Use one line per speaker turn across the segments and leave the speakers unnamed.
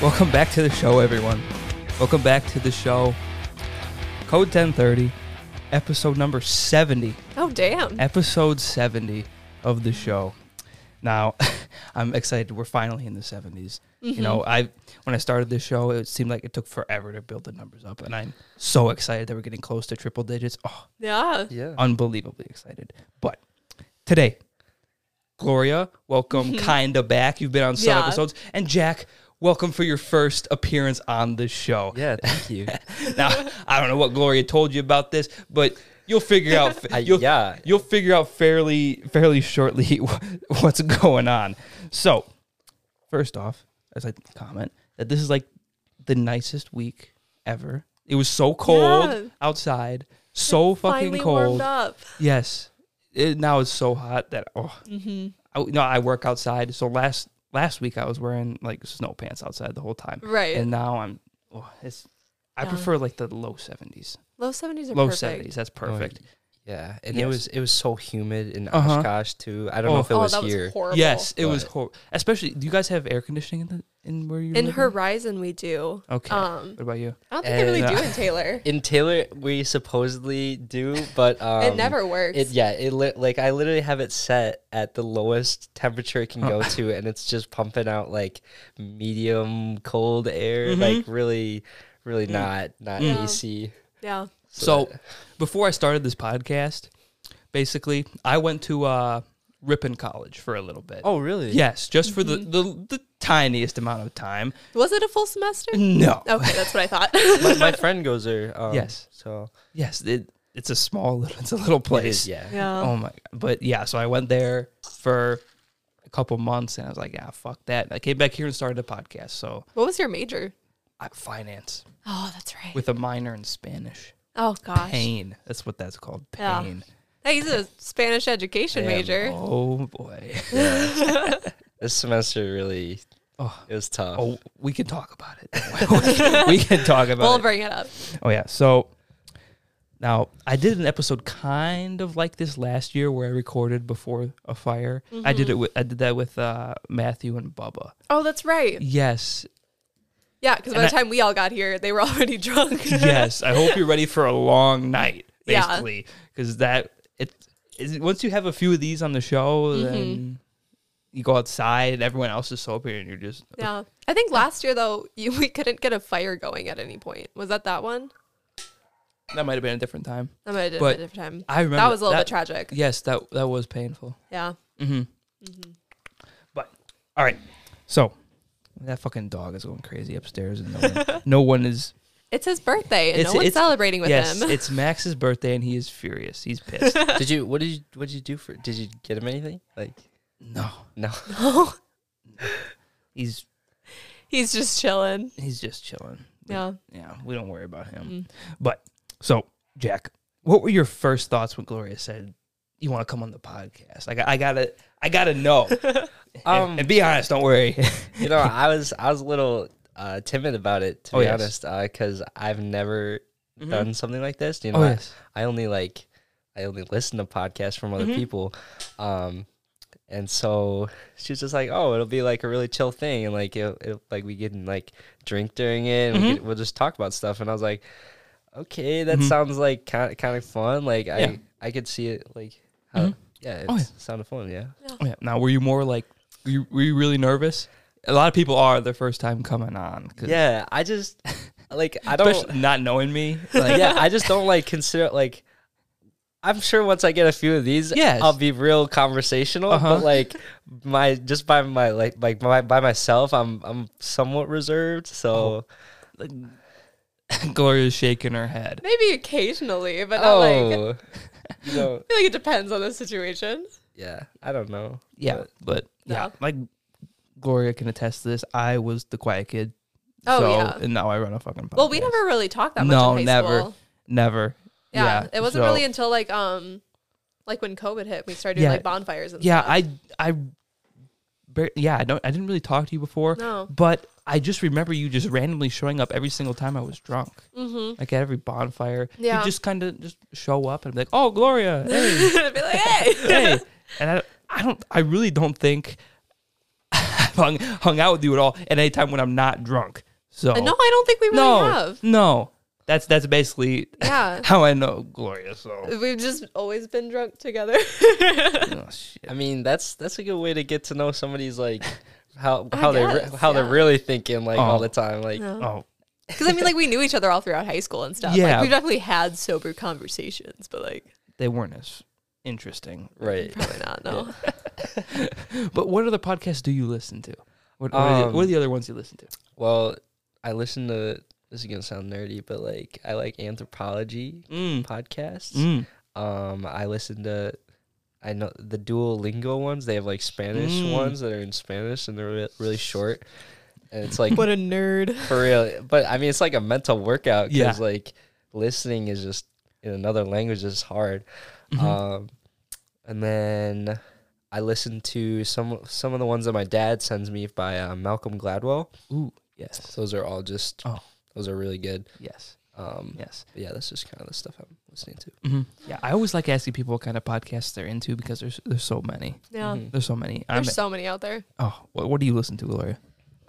Welcome back to the show, everyone. Welcome back to the show. Code 1030, episode number 70.
Oh damn!
Episode 70 of the show. Now, I'm excited. We're finally in the 70s. You know, I when I started this show, it seemed like it took forever to build the numbers up, and I'm so excited that we're getting close to triple digits. Oh,
Mm-hmm. Yeah.
Yeah.
unbelievably excited. But today, Gloria, welcome kinda back. You've been on some
Yeah.
episodes. And Jack, welcome for your first appearance on this show.
Yeah, thank you.
Now, I don't know what Gloria told you about this, but you'll figure out
I-
you'll,
yeah.
you'll figure out fairly fairly shortly wh- what's going on. So, first off, as I comment that this is like the nicest week ever. It was so cold
Yeah.
outside, so fucking
Finally warmed
cold.
up.
Yes. It, now it's so hot that oh,
Mm-hmm.
I, no, I work outside. So last last week I was wearing like snow pants outside the whole time.
Right.
And now I'm. Oh, it's. I
Yeah.
prefer like the low seventies.
Low seventies are
Low
perfect.
seventies. That's perfect.
Yeah, and
Yes.
it was it was so humid in
Uh-huh.
Oshkosh too. I don't
Oh.
know if it
oh,
was
that
here.
was horrible.
yes, it was
But-
horrible. Especially, do you guys have air conditioning in the in where you?
In Horizon, we do.
Mm-hmm. Okay.
Um,
what about you?
I don't think they really
And- uh,
do in Taylor.
in Taylor, we supposedly do, but um,
it never works.
It yeah, it li- like I literally have it set at the lowest temperature it can go to, and it's just pumping out like medium cold air,
Mm-hmm.
like really, really
Mm.
not not
Mm.
Yeah.
AC.
yeah.
So, before I started this podcast, basically, I went to uh, Ripon College for a little bit.
Oh really?
yes, just for the,
Mm-hmm.
the the tiniest amount of time.
Was it a full semester?
No.
Okay, that's what I thought.
my, my friend goes there. Um,
Yes.
So
Yes, it, it's a small, little, it's a little
it
place.
is, yeah.
yeah.
Oh my! But yeah, so I went there for a couple months, and I was like, "Ah, fuck that." I came back here and started a podcast. So
What was your major?
I, finance
Oh, that's right.
with a minor in Spanish.
oh gosh.
Pain. That's what that's called.
Yeah.
Pain.
Hey, he's a Spanish education
Damn.
major.
Oh boy.
This semester really,
Oh.
it was tough.
Oh, we can talk about it. we can talk about
We'll
it.
bring it up.
Oh yeah. So now I did an episode kind of like this last year where I recorded before a fire. I
Mm-hmm.
did it. With, I did that with uh, Matthew and Bubba.
Oh, that's right.
Yes,
Yeah, because by
And
the time we all got here, they were already drunk.
yes, I hope you're ready for a long night,
Yeah.
basically, because that it is. Once you have a few of these on the show,
Mm-hmm.
then you go outside, and everyone else is sober, and you're just
Yeah. I think last year though, you, we couldn't get a fire going at any point. Was that that one?
that might have been a different time.
That might have been
But
a different time.
I remember
that was a little bit tragic.
Yes, that that was painful.
Yeah.
Mm-hmm.
Mm-hmm.
But all right, so that fucking dog is going crazy upstairs, and no one, no one is.
It's his birthday and no one's celebrating with
yes,
him.
it's Max's birthday, and he is furious. He's pissed.
did you? What did you? What did you do for? Did you get him anything? Like
no,
no.
he's
He's just chilling.
he's just chilling. We-
Yeah.
Yeah, we don't worry about him.
Mm-hmm.
But so, Jack, what were your first thoughts when Gloria said you want to come on the podcast? I, got- I gotta, I gotta know. And-
Um,
and be honest, don't worry.
you know, I was I was a little uh, timid about it to
Oh,
be
yes. Mm-hmm.
honest, because I've never done something like this. You know,
Oh,
I-
yes.
I, only like I only listen to podcasts from
Mm-hmm.
other people, um, and so she was just like, "Oh, it'll be like a really chill thing, and like it, it like we can like drink during it, and
Mm-hmm.
we could- we'll just talk about stuff." And I was like, "Okay, that sounds like kind kind of fun. Like
Yeah.
I I could see it like how, yeah, it
Oh, yeah.
sounded fun, yeah."
Yeah, Now, were you more like, were you, were you really nervous? A lot of people are their first time coming on. 'cause-
Yeah, I just like I don't
especially not knowing me. Like,
yeah, I just don't like consider like. I'm sure once I get a few of these,
Yes.
I'll be real conversational.
Uh-huh.
But like my just by my like like my, by myself, I'm I'm somewhat reserved. So
Gloria's shaking her head.
Maybe occasionally, but
oh,
not like I
you know,
feel like it depends on the situation.
yeah, I don't know.
Yeah, but yeah,
No.
like Gloria can attest to this. I was the quiet kid.
Oh,
so,
yeah.
And now I run a fucking podcast.
Well, we never really talked that much
no,
in high
never,
school.
never.
Yeah. It wasn't
so-
really until like um like when COVID hit, we started doing
Yeah.
like bonfires and
yeah,
stuff.
I, I, bar- yeah, I don't. I didn't really talk to you before.
No.
But I just remember you just randomly showing up every single time I was drunk. Mm-hmm. Like at every bonfire,
Yeah.
you just kind of just show up and be like, "Oh, Gloria, hey,
I be like, hey.
hey," and I, I don't. I really don't think. I hung, hung out with you at all at any time when I'm not drunk. So
no, I don't think we really
no,
have.
no. That's that's basically
Yeah.
how I know Gloria. So
We've just always been drunk together.
oh, shit.
I mean, that's that's a good way to get to know somebody's like how
I
how they re-
guess,
how they're
yeah.
really thinking like all
Oh.
the time. Like
Oh,
Because I mean, like we knew each other all throughout high school and stuff.
Yeah.
like, we definitely had sober conversations, but like
they weren't as interesting.
right.
probably not. No,
But what other podcasts do you listen to? What, what, are, the,
Um,
what are the other ones you listen to?
Well, I listen to this is gonna sound nerdy, but like I like anthropology
Mm.
podcasts.
Mm.
Um, I listen to I know the Duolingo ones. They have like Spanish
Mm.
ones that are in Spanish and they're re- really short. And it's like
what a nerd.
for real. But I mean, it's like a mental workout
Yeah.
because like listening is just in another language is hard.
Mhm.
Um, and then I listen to some some of the ones that my dad sends me by uh, Malcolm Gladwell.
Ooh, yes,
Those are all just
Oh.
those are really good.
yes,
Um, yeah.
yes.
yeah, that's just kind of the stuff I'm listening to.
Mhm. Yeah, I always like asking people what kind of podcasts they're into because there's there's so many.
Yeah,
Mhm.
There's so many. Mm-hmm. I'm,
there's so many out there.
oh, what, what do you listen to, Gloria?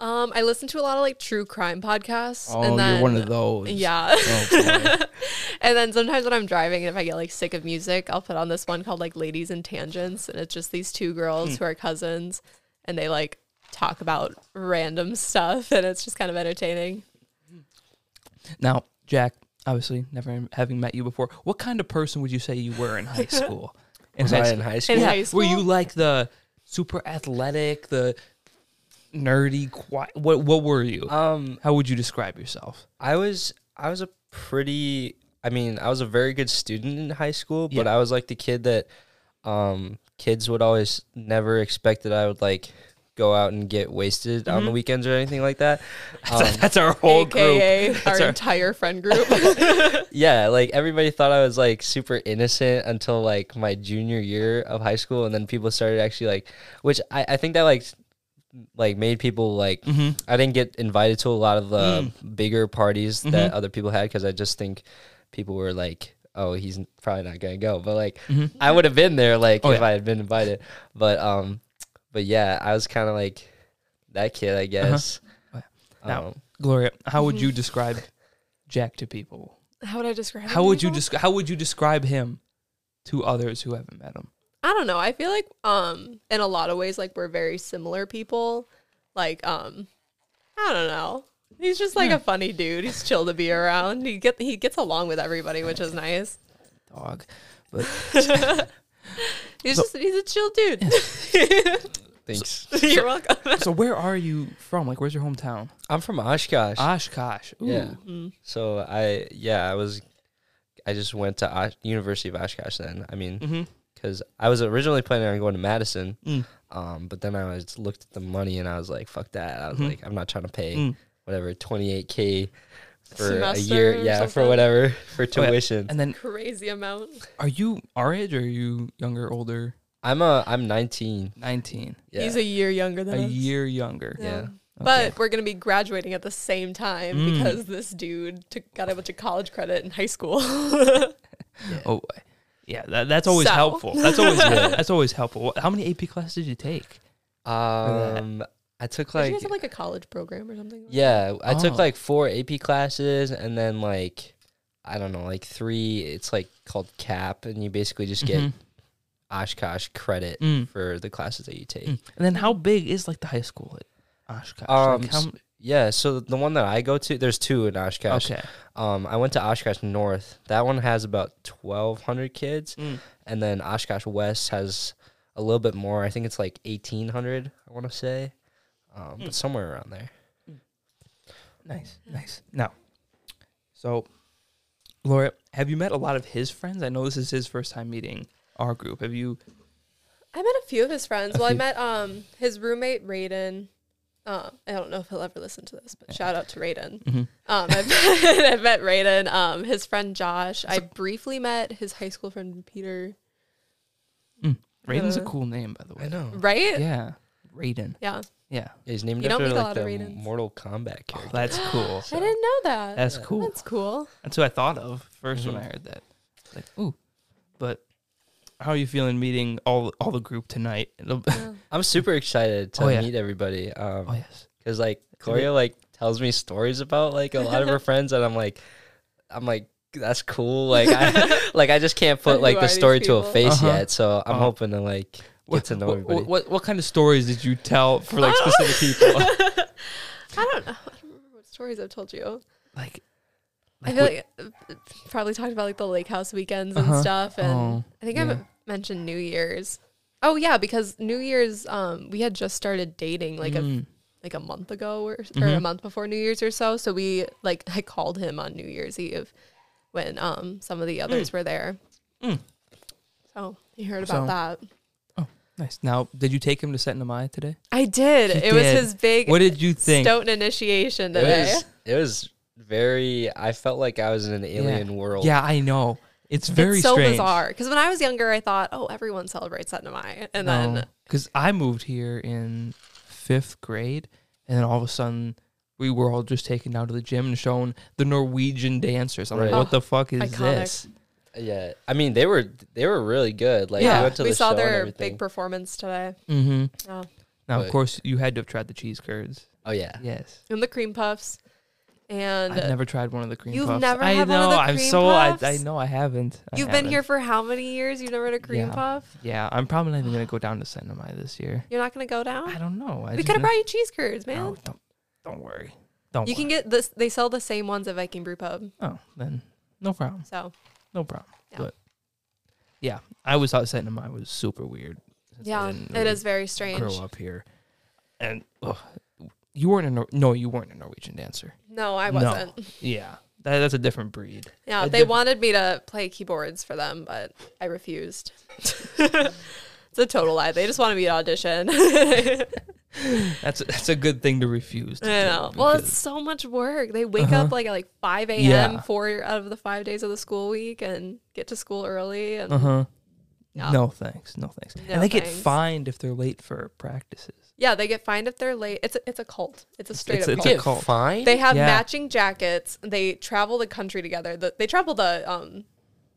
Um, I listen to a lot of like true crime podcasts.
Oh,
and then,
you're one of those.
Yeah.
Oh, boy.
and then sometimes when I'm driving and if I get like sick of music, I'll put on this one called like Ladies and Tangents and it's just these two
Hmm.
girls who are cousins and they like talk about random stuff and it's just kind of entertaining.
now, Jack, obviously, never having met you before, what kind of person would you say you were in high school? In
Was I in high school?
In high school.
Were you like the super athletic, the nerdy, quiet? What what were you?
Um,
How would you describe yourself?
I was I was a pretty I mean, I was a very good student in high school, but
Yeah.
I was like the kid that um kids would always never expect that I would like go out and get wasted on the weekends or anything like that. Um,
That's our whole group.
AKA our
our-
entire friend group.
yeah, like everybody thought I was like super innocent until like my junior year of high school and then people started actually like which I, I think that like s- like made people like I didn't get invited to a lot of the bigger parties that other people had because I just think people were like, "Oh, he's n- probably not gonna go." But like, I would have been there like
Oh,
if
yeah.
I had been invited. But um, but yeah, I was kind of like that kid, I guess.
Oh, Now,
Um,
Gloria, how would you describe Jack to people?
How would I describe
Mm-hmm. How would you
myself?
describe? How would you describe him to others who haven't met him?
I don't know. I feel like um in a lot of ways like we're very similar people. Like um I don't know. He's just like a
Hmm.
funny dude. He's chill to be around. He get he gets along with everybody, which is nice.
Dog, but
He's just he's a chill dude.
thanks.
You're welcome.
so where are you from? Like, where's your hometown?
I'm from Oshkosh,
Oshkosh. Ooh.
Yeah. so I yeah, I was. I just went to Osh- University of Oshkosh then. I mean,
Mm-hmm.
because I was originally planning on going to Madison,
Mm.
um, but then I was looked at the money and I was like, "Fuck that!" I was
Mhm.
like, "I'm not trying to pay
Mm.
whatever 28k for a
Semester
year,
or
yeah, for
something?
whatever for
Oh, yeah.
tuition."
And then,
Crazy amount.
are you our age? Or are you younger, older?
I'm a I'm 19.
Nineteen.
Yeah,
He's a year younger than
A
us.
year younger.
Yeah.
But we're gonna be graduating at the same time
Hmm.
because this dude took, got a bunch of college credit in high school.
Oh, yeah. That, that's always
So.
helpful. That's always that's always helpful. What- How many AP classes did you take?
um, I took
Did you
like
guys have like a college program or something?
yeah, I
Oh.
took like four AP classes and then like I don't know, like three. It's like called CAP, and you basically just get
Mhm.
Oshkosh credit
Mm.
for the classes that you take.
Mm. And then, how big is like the high school at Oshkosh?
Um,
like, how, m-
Yeah, so the one that I go to, there's two in Oshkosh.
okay.
Um, I went to Oshkosh North. That one has about 1,200 kids.
Mm.
And then Oshkosh West has a little bit more. I think it's like 1,800, I want to say. Um,
Mm.
But somewhere around there.
Nice, nice. Now, so, Laura, have you met a lot of his friends? I know this is his first time meeting our group. Have you?
I met a few of his friends.
A
well,
few.
I met um his roommate Raiden. Uh, I don't know if he'll ever listen to this, but shout out to Raiden.
Mhm.
Um, I've, met, I've met Raiden. Um, his friend Josh. I briefly met his high school friend Peter.
Raiden's a
Uh,
cool name, by the way.
Hmm. know.
Right? Yeah.
Yeah, Raiden. Yeah,
He's named
You don't
after
meet a
like
lot of
the
Raidens.
Mortal Kombat
Oh,
character.
that's cool.
I didn't know that.
That's cool.
That's cool.
Mm-hmm.
That's who I thought of 1st when I heard that. Like, ooh, but how are you feeling meeting all all the group tonight? It'll-
I'm super excited to
Oh, yeah.
meet everybody. Um,
oh yes.
Cause like Gloria like tells me stories about like a lot of her friends, and I'm like, I'm like, that's cool. Like, I, like I just can't put
Who
like
are
the
these
story to a
people?
face
Uh-huh.
yet. So I'm
Uh-huh.
hoping to like get to know
what,
everybody.
what, what what kind of stories did you tell for like specific people?
I don't know. I don't remember what stories I've told you.
like
I feel like uh, probably talked about like the lake house weekends and
Uh-huh.
stuff, and
Oh,
I think
yeah.
I've mentioned New Year's. Oh yeah, because New Year's, um, we had just started dating like a
mm,
like a month ago or, or a
Mhm.
month before New Year's or so. So we like I called him on New Year's Eve when um some of the others were there.
Mm.
So he heard about
So-
that.
nice. Now, did you take him to Setnamaya today?
I did.
He
it was
did.
his big
What did you think?
Stoughton initiation
it
today.
was it was very. I felt like I was in an alien world.
Yeah, I know. It's very
it's so
strange.
bizarre. Because when I was younger, I thought, oh, everyone celebrates that Namai. And then
because I moved here in fifth grade, and then all of a sudden we were all just taken down to the gym and shown the Norwegian dancers. I'm
Right.
like, what the fuck is
iconic.
this?
yeah. I mean, they were they were really good. Like,
Yeah.
we went to
we
the
saw
show and
their
everything.
big performance today.
Mm-hmm.
Oh.
Now,
But-
of course, you had to have tried the cheese curds.
oh yeah.
Yes,
And the cream puffs. And
I've never tried one of the cream
You've
puffs.
never
I
had
know.
one of the
I'm
cream
so.
puffs?
I, I know. I haven't. I
you've been here
haven't.
for how many years? You've never had a cream
Yeah.
puff?
Yeah, I'm probably not even gonna go down to Senamai this year.
You're not going to go down?
I don't know. I
we
just
could have
know-
brought you cheese curds, man.
No, don't, don't worry. Don't.
You can
worry.
get this. They sell the same ones at Viking Brew Pub.
Oh, then no problem.
So
No problem.
Yeah.
But yeah, I was out setting mine was super weird. since I
yeah,
didn't
it
really
is very strange.
Grow up here, and ugh, you weren't a Nor- no, you weren't a Norwegian dancer.
No, I
No.
wasn't.
Yeah, that, that's a different breed.
Yeah,
I
they
did-
wanted me to play keyboards for them, but I refused. it's a total lie. They just wanted me to audition. I
That's a, that's a good thing to refuse. To
know.
do
Well,
because- Uh-huh.
it's so much work. They wake up like at like five a.m.
Yeah.
four out of the five days of the school week, and get to school early. And
uh huh.
Yeah.
No thanks, no thanks.
No
and they get
thanks.
fined if they're late for practices.
yeah, they get fined if they're late. It's a, it's a cult. It's a straight
it's-
up
it's
cult.
a
Get
cult.
fined.
They have
Yeah.
matching jackets. They travel the country together. The, they travel the um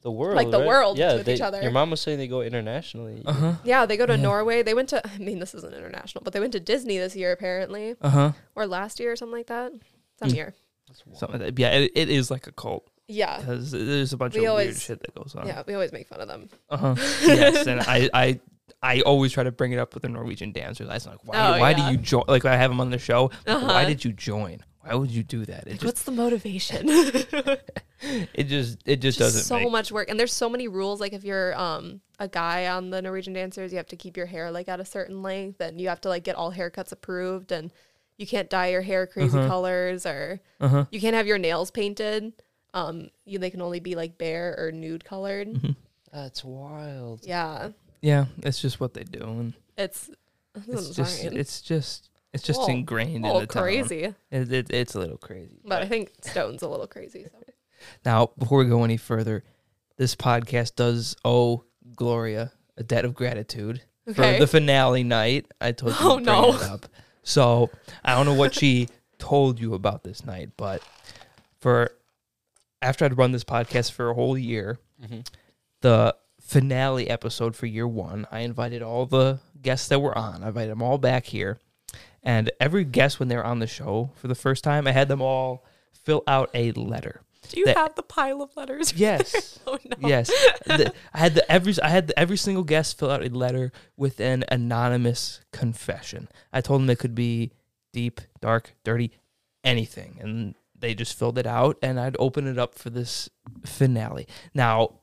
the world,
the
right?
world
Yeah,
with
they-
each other.
Your mom was saying they go internationally.
Uh huh.
yeah, they go to Norway. They went to I mean this isn't international, but they went to Disney this year apparently
Uh huh.
or last year or something like that. Some year.
Something like that. Yeah, it, it is like a cult
Yeah.
because there's a bunch
We
of weird
always-
shit that goes on.
Yeah, we always make fun of them.
Uh-huh. yes, and I, I I always try to bring it up with the Norwegian dancers. I'm like, why,
Oh,
why
yeah.
do you join? Like, I have them on the show. like,
Uh-huh.
Why did you join? Why would you do that? It
Like,
just,
what's the motivation? It's
it just, it just,
just
doesn't
so
make.
much work. And there's so many rules. Like if you're um a guy on the Norwegian dancers, you have to keep your hair like at a certain length and you have to like get all haircuts approved and you can't dye your hair crazy colors or
Uh-huh.
you can't have your nails painted. Um, you they can only be like bare or nude colored.
Mm-hmm.
That's wild.
Yeah,
Yeah, it's just what they do, and
it's
it's just, it's just, it's just
Well,
ingrained in
all
the town.
crazy.
It, it, it's a little crazy.
But I think Stone's a little crazy. So.
Now, before we go any further, this podcast does owe Gloria a debt of gratitude
Okay.
for the finale night. I told you
Oh,
to bring
no.
it up. So I don't know what she told you about this night, but for after I'd run this podcast for a whole year,
Mhm.
the finale episode for year one, I invited all the guests that were on. I invited them all back here. And every guest when they were on the show for the first time, I had them all fill out a letter.
Do you
That-
have the pile of letters?
Yes.
oh no.
Yes, The- I had the every I had the, every single guest fill out a letter with an anonymous confession. I told them it could be deep, dark, dirty, anything, and they just filled it out, and I'd open it up for this finale. Now,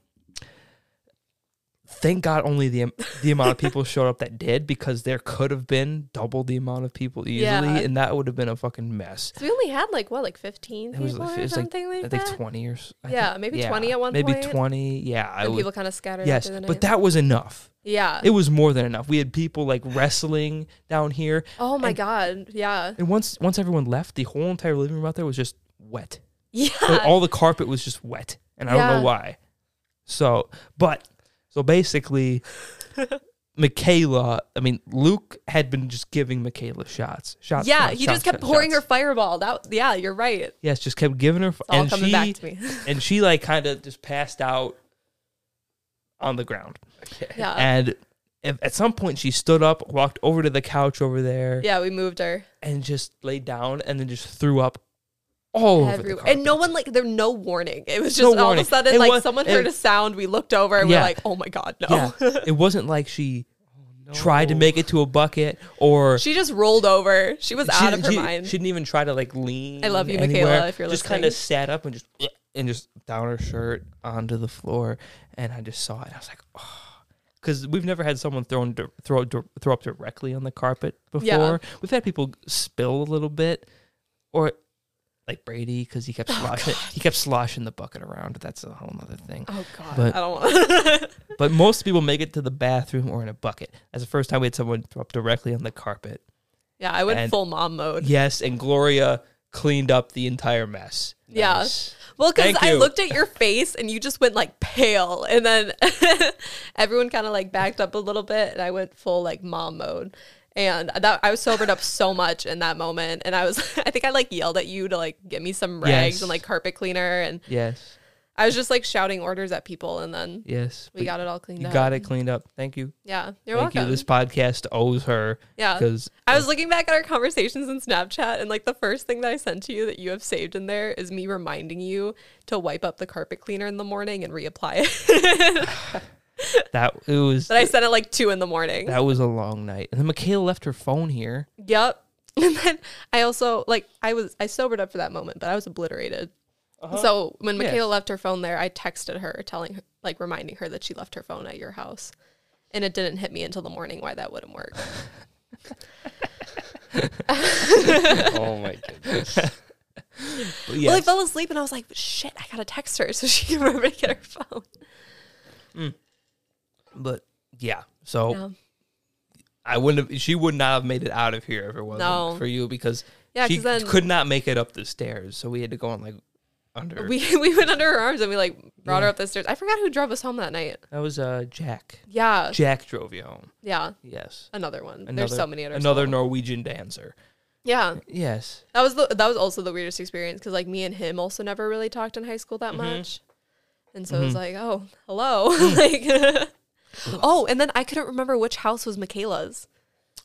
thank God, only the am- the amount of people showed up that did, because there could have been double the amount of people easily,
Yeah.
and that would have been a fucking mess.
So we only had like what, like fifteen
It was
people
like- it
or
was like-
something like,
I think
that.
twenty or s- I think-
Yeah, maybe 20 at one
maybe
point.
twenty. Yeah, I
and
would.
people kind of scattered.
Yes,
after the
but
night.
that was enough.
yeah.
It was more than enough. We had people like wrestling down here,
oh my
and-
god. Yeah.
and once once everyone left, the whole entire living room out there was just wet. Like,
Yeah.
all the carpet was just wet, and I don't
Yeah.
know why. So, but so basically, Michaela. I mean, Luke had been just giving Michaela shots, shots.
Yeah.
shots,
He
shots,
just kept
shots,
pouring her
shots.
fireball. That. Yeah. You're right. It's
Yes, just kept giving her. f-
all
and
coming
she,
back to me.
and she like kind of just passed out on the ground.
Yeah.
And if, at some point, she stood up, walked over to the couch over there,
yeah, we moved her
and just laid down, and then just threw up all over the
everywhere,
carpet.
and no one like there. No warning. It was
No
just all of a
warning.
sudden
It
like
was-
someone
it-
heard a sound. We looked over and
Yeah.
we're like, oh my god, no.
yeah, it wasn't like she tried Oh, to make it to a bucket or
she just rolled over. She was out of her
she,
mind.
She didn't even try to like lean.
I love you,
anywhere.
Michaela, if you're
just
listening.
kind of sat up and just and just down her shirt onto the floor, and I just saw it. I was like, oh, because we've never had someone thrown dir- throw dir- throw up directly on the carpet before.
Yeah.
We've had people spill a little bit, or like Brady because he
Oh,
kept sloshing he kept sloshing the bucket around. That's a whole other thing.
oh god,
But-
I don't want.
But most people make it to the bathroom or in a bucket. That's the first time we had someone throw up directly on the carpet.
yeah, I went
And-
full mom mode.
Yes, and Gloria cleaned up the entire mess.
Yeah.
Nice.
Well, because
Thank
I
you.
looked at your face and you just went like pale, and then everyone kind of like backed up a little bit, and I went full like mom mode, and that I was sobered up so much in that moment, and I was I think I like yelled at you to like get me some rags
Yes.
and like carpet cleaner, and
Yes,
I was just like shouting orders at people, and then
yes.
we got it all cleaned
You
up.
got it cleaned up. Thank you.
Yeah, you're
Thank
welcome.
you. This podcast owes her.
Yeah.
Because
I was looking back at our conversations in Snapchat, and like the first thing that I sent to you that you have saved in there is me reminding you to wipe up the carpet cleaner in the morning and reapply it.
that it was
but I sent it like two in the morning.
that was a long night. And then Michaela left her phone here.
yep. And then I also like I was I sobered up for that moment, but I was obliterated.
Uh-huh.
So when
Yes.
Michaela left her phone there, I texted her telling her like reminding her that she left her phone at your house. And it didn't hit me until the morning why that wouldn't work.
oh my goodness.
But
Well, I
yes.
fell asleep and I was like, shit, I gotta text her so she can remember to get her phone.
but yeah. So
Yeah.
I wouldn't have. She would not have made it out of here if it wasn't
No.
for you because
Yeah,
she
'cause then-
could not make it up the stairs. So we had to go on like under.
We we went under her arms and we like brought her up the stairs. I forgot who drove us home that night.
that was uh Jack.
Yeah.
Jack drove you home.
Yeah.
Yes.
Another one.
Another,
There's so many others.
Another Norwegian dancer.
Yeah.
Yes.
That was the that was also the weirdest experience because like me and him also never really talked in high school that
Mm-hmm.
much, and so it was like, oh, hello,
Mm.
like, oh, and then I couldn't remember which house was Michaela's.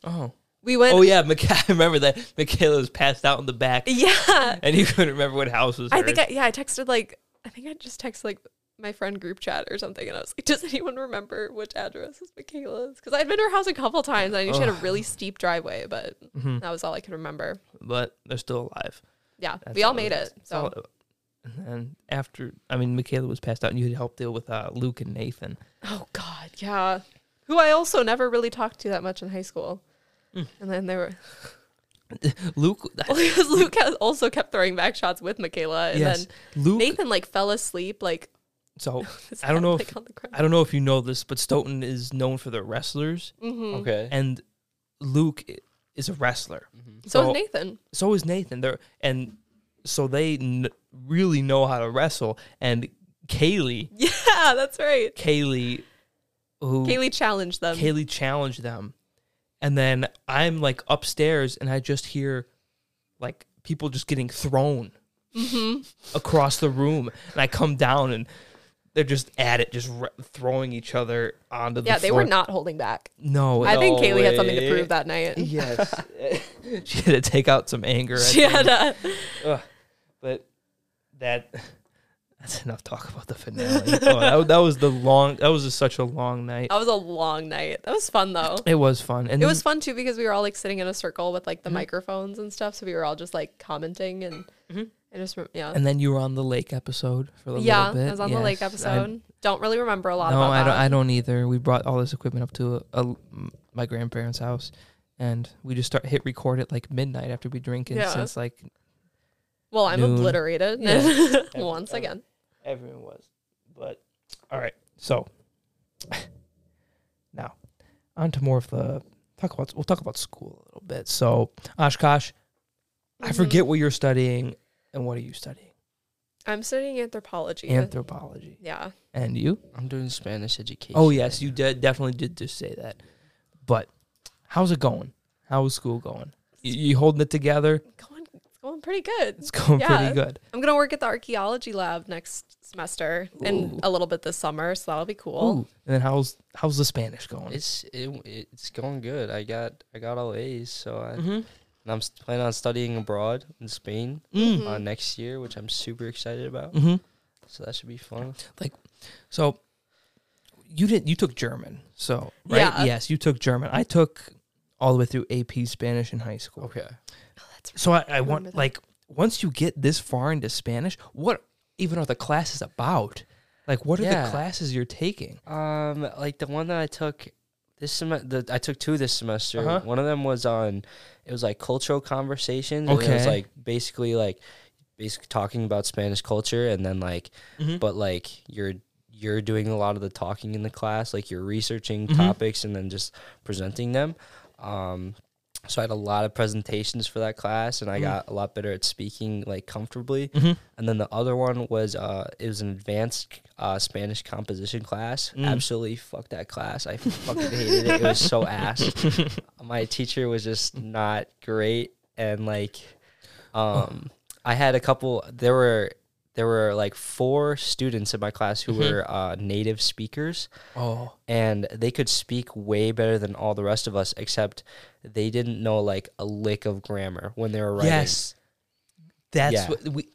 Oh.
We went,
Oh yeah, Micha- I remember that Michaela was passed out in the back,
yeah.
and you couldn't remember what house was.
I think I
hers.
yeah I texted like I think I just texted like my friend group chat or something, and I was like, does anyone remember which address is Michaela's? Because I'd been to her house a couple times. And I knew she had a really steep driveway, but
Mm-hmm.
that was all I could remember.
but they're still alive.
Yeah,
That's
we all
all it
made
is.
it.
That's all
So
it- and then after, I mean, Michaela was passed out, and you had helped deal with uh, Luke and Nathan.
Oh God, yeah. Who I also never really talked to that much in high school.
Hmm.
And then they were
Luke,
because Luke has also kept throwing back shots with Michaela, and
yes,
then
Luke.
Nathan like fell asleep like
so
his
I don't
head,
know
like
if-
on the ground.
I don't know if you know this, but Stoughton is known for their wrestlers,
Mm-hmm.
Okay.
and Luke i- is a wrestler.
So
so-
was Nathan.
so is Nathan. They're and so they n- really know how to wrestle. And Kaylee,
Yeah, that's right.
Kaylee, who Kaylee,
Kaylee challenged them.
challenged them, and then I'm like upstairs, and I just hear like people just getting thrown
Mm-hmm.
across the room, and I come down and. They're just at it, just re- throwing each other onto the
yeah, they were
floor.
not holding back.
No,
I think
No
Kaylee had something to
way.
prove that night.
yes, she had to take out some anger. I
She
think.
had a
but that that's enough talk about the finale. oh, that, that was the long. That was just such a long night.
that was a long night. That was fun though.
It was fun, and
Oh. It was fun too because we were all like sitting in a circle with like the
Mm-hmm.
microphones and stuff, so we were all just like commenting and
Mm-hmm.
I just rem- yeah.
And then you were on the lake episode for a
yeah,
little bit.
I was on the lake
Yes, I-
episode. don't really remember a lot
no,
about
I don't.
that.
I don't either. We brought all this equipment up to a, a- my grandparents' house, and we just start hit record at like midnight after we drinking
Yeah.
since like
well, I'm
Noon.
obliterated
Yeah.
once
I-
again.
everyone was. But all right, so now on to more of the talk about. We'll talk about school a little bit. So Oshkosh, I
Mm-hmm.
forget what you're studying and what are you studying?
Mm-hmm. I'm studying anthropology.
Anthropology.
yeah,
And you?
I'm doing Spanish education.
Oh yes, you did definitely did just say that. But how's it going? How's school going? You, you holding it together?
going it's Well, pretty good.
It's going
Yeah.
pretty good.
I'm gonna work at the archaeology lab next semester and
Ooh.
a little bit this summer, so that'll be cool.
Ooh. And then how's how's the Spanish going?
It's it, it's going good. I got I got all A's, so I
mm-hmm.
and I'm s- planning on studying abroad in Spain
Mm-hmm.
Mm.
uh, next year, which I'm super excited about.
hmm
So that should be fun.
So you did you took German. So right?
Yeah.
Yes, you took German. I took all the way through AP Spanish in high school. So I, I
Remember
want
that.
like once you get this far into Spanish, what even are the classes about? Like what are
Yeah.
the classes you're taking?
Um, like the one that I took this semester, I took two this semester.
Uh-huh.
One of them was on, it was like cultural conversations. and it was
Okay.
like basically like basically talking about Spanish culture, and then like,
Mhm.
but like you're you're doing a lot of the talking in the class, like you're researching
Mhm.
topics and then just presenting them. Um, so I had a lot of presentations for that class, and I
Mm.
got a lot better at speaking like comfortably.
Mhm.
And then the other one was uh, it was an advanced uh, Spanish composition class.
Mm.
Absolutely fuck that class. I fucking hated it. It was so ass. My teacher was just not great, and like, um, I had a couple. There were there were like four students in my class who
Mm-hmm.
were uh, native speakers,
Oh.
and they could speak way better than all the rest of us, except they didn't know like a lick of grammar when they were writing.
Yes. That's
Yeah.
what we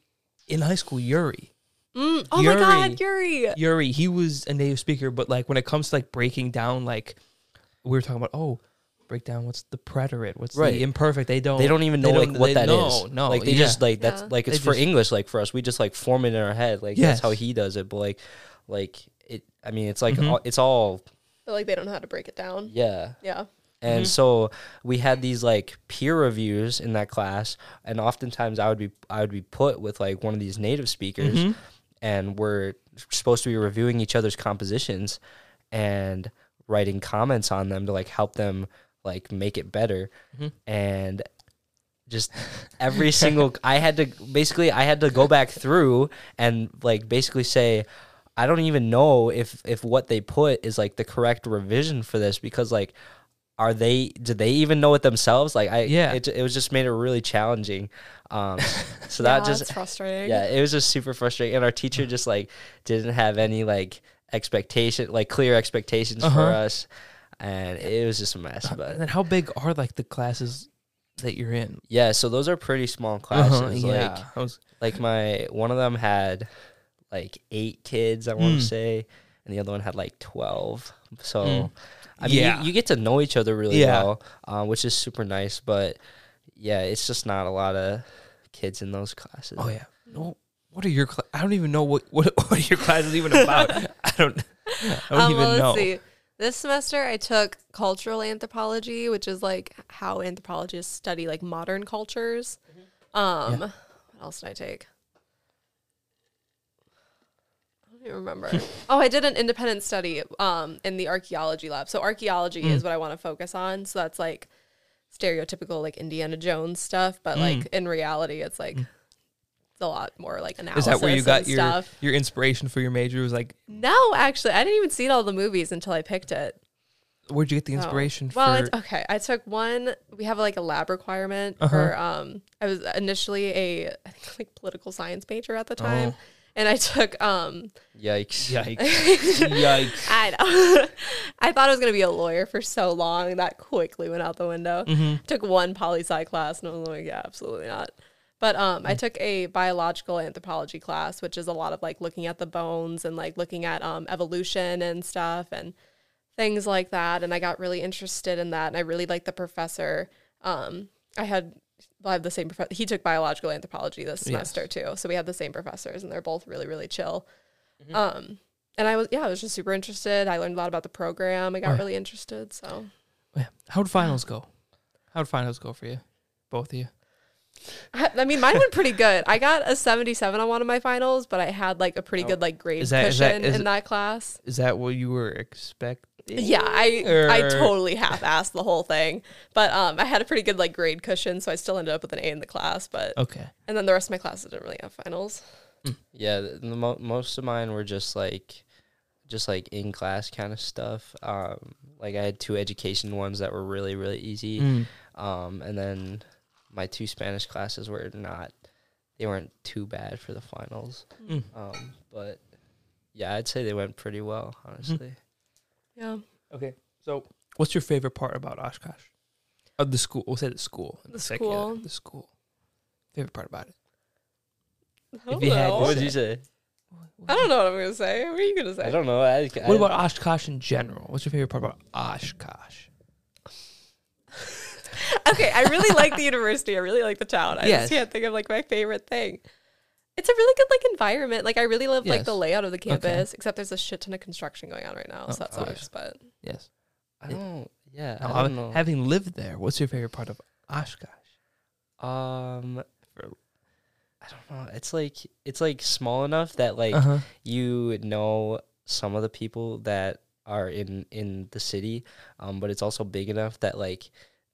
in high school Yuri.
Mm, oh my god, Yuri!
Yuri, he was a native speaker, but like when it comes to like breaking down like we were talking about, oh, break down what's the preterite, what's
Right.
the imperfect. They don't
They don't even know like what
they-
that is.
no, No,
like they
yeah.
just like that's
Yeah.
like it's
They
for
just-
English. Like for us, we just like form it in our head. Like that's how
Yes.
he does it. But like, like it. I mean, it's like
Mhm.
all, it's all
But like they don't know how to break it down.
yeah.
Yeah.
And so we had these like peer reviews in that class, and oftentimes I would be I would be put with like one of these native speakers, and we're supposed to be reviewing each other's compositions and writing comments on them to like help them like make it better, and just every single I had to basically I had to go back through and like basically say. I don't even know if if what they put is like the correct revision for this because like are they do they even know it themselves like i
Yeah.
it, it was just made it really challenging um so that
Yeah,
just
that's frustrating.
yeah it was just super frustrating and our teacher just like didn't have any like expectation like clear expectations
Uh-huh. Uh,
for us and it was just a mess
And
but
then how big are like the classes that you're in?
yeah so those are pretty small classes
Uh-huh,
like
yeah. I was-
like my one of them had like eight kids i want to
Mm.
say and the other one had like 12 so
Mm.
i mean you-
Yeah.
you, get to know each other really
Yeah.
well um, which is super nice but yeah it's just not a lot of kids in those classes
oh yeah. No, what are your? Cl- I don't even know what what, what are your classes even about. I don't. I don't
Um,
even
well, let's
know.
see. This semester, I took cultural anthropology, which is like how anthropologists study like modern cultures.
Mm-hmm.
Um, what else did I take? I don't even remember. oh, I did an independent study um, in the archaeology lab. So archaeology
Mm.
is what I want to focus on. So that's like stereotypical like Indiana Jones stuff, but like in reality, it's like it's a lot more like analysis.
Mm. Is that where you got
and
your
stuff.
your inspiration for your major? Was like,
No, actually, I didn't even see all the movies until I picked it.
where'd you get the
Oh.
inspiration
Well, I
for? Uh-huh.
t- okay, I took one. We have like a lab requirement for. Um, I was initially a I think like political science major
Oh.
at the time, and I took. Um,
yikes
Yikes! Yikes!
I know. I thought I was gonna be a lawyer for so long. That quickly went out the window.
Mm-hmm.
Took one poli sci class, and I was like, yeah, absolutely not. But um, I took a biological anthropology class, which is a lot of like looking at the bones and like looking at um, evolution and stuff and things like that. And I got really interested in that, and I really liked the professor. Um, I had well, I have the same professor. He took biological anthropology this semester too, so we had the same professors, and they're both really really chill. Um, and I was yeah, I was just super interested. I learned a lot about the program. I got
Right.
really interested. So
Yeah. How'd finals go? How'd finals go for you? Both of you.
I, I mean, mine went pretty good. I got a seventy-seven on one of my finals, but I had like a pretty good like grade
Oh. Is that- is
cushion
that- is
in
it-
that class.
Is that what you were expecting?
Yeah, I I
Or-
totally half-assed the whole thing, but um, I had a pretty good like grade cushion, so I still ended up with an A in the class. But
Okay.
and then the rest of my classes didn't really have finals.
yeah the, the mo- most of mine were just like just like in class kind of stuff
Mm.
um like i had two education ones that were really really easy um, and then my two Spanish classes were not they weren't too bad for the finals.
Mm.
Um, but yeah, I'd say they went pretty well, honestly.
Yeah.
Okay. So, what's your favorite part about Oshkosh? Of the school, we'll say the school. in
The
particular,
school.
The school. Favorite part about it.
If you had to
Hello.
what would you say?
I don't know what I'm gonna say. What are you gonna say?
I don't know. I, I,
What about Oshkosh in general? What's your favorite part about Oshkosh?
okay, I really like the university. I really like the town. I
Yes.
just can't think of like my favorite thing. It's a really good like environment. Like I really love like the
Yes.
layout of the campus, except there's a shit ton of construction going on right now,
Oh,
Of
so that
course.
sucks. But
Yes.
I don't. Yeah,
Now,
I
hav-
don't know.
Having lived there, what's your favorite part of Oshkosh?
um,
For-
I don't know. It's like it's like small enough that like
Uh-huh.
you know some of the people that are in in the city um but it's also big enough that like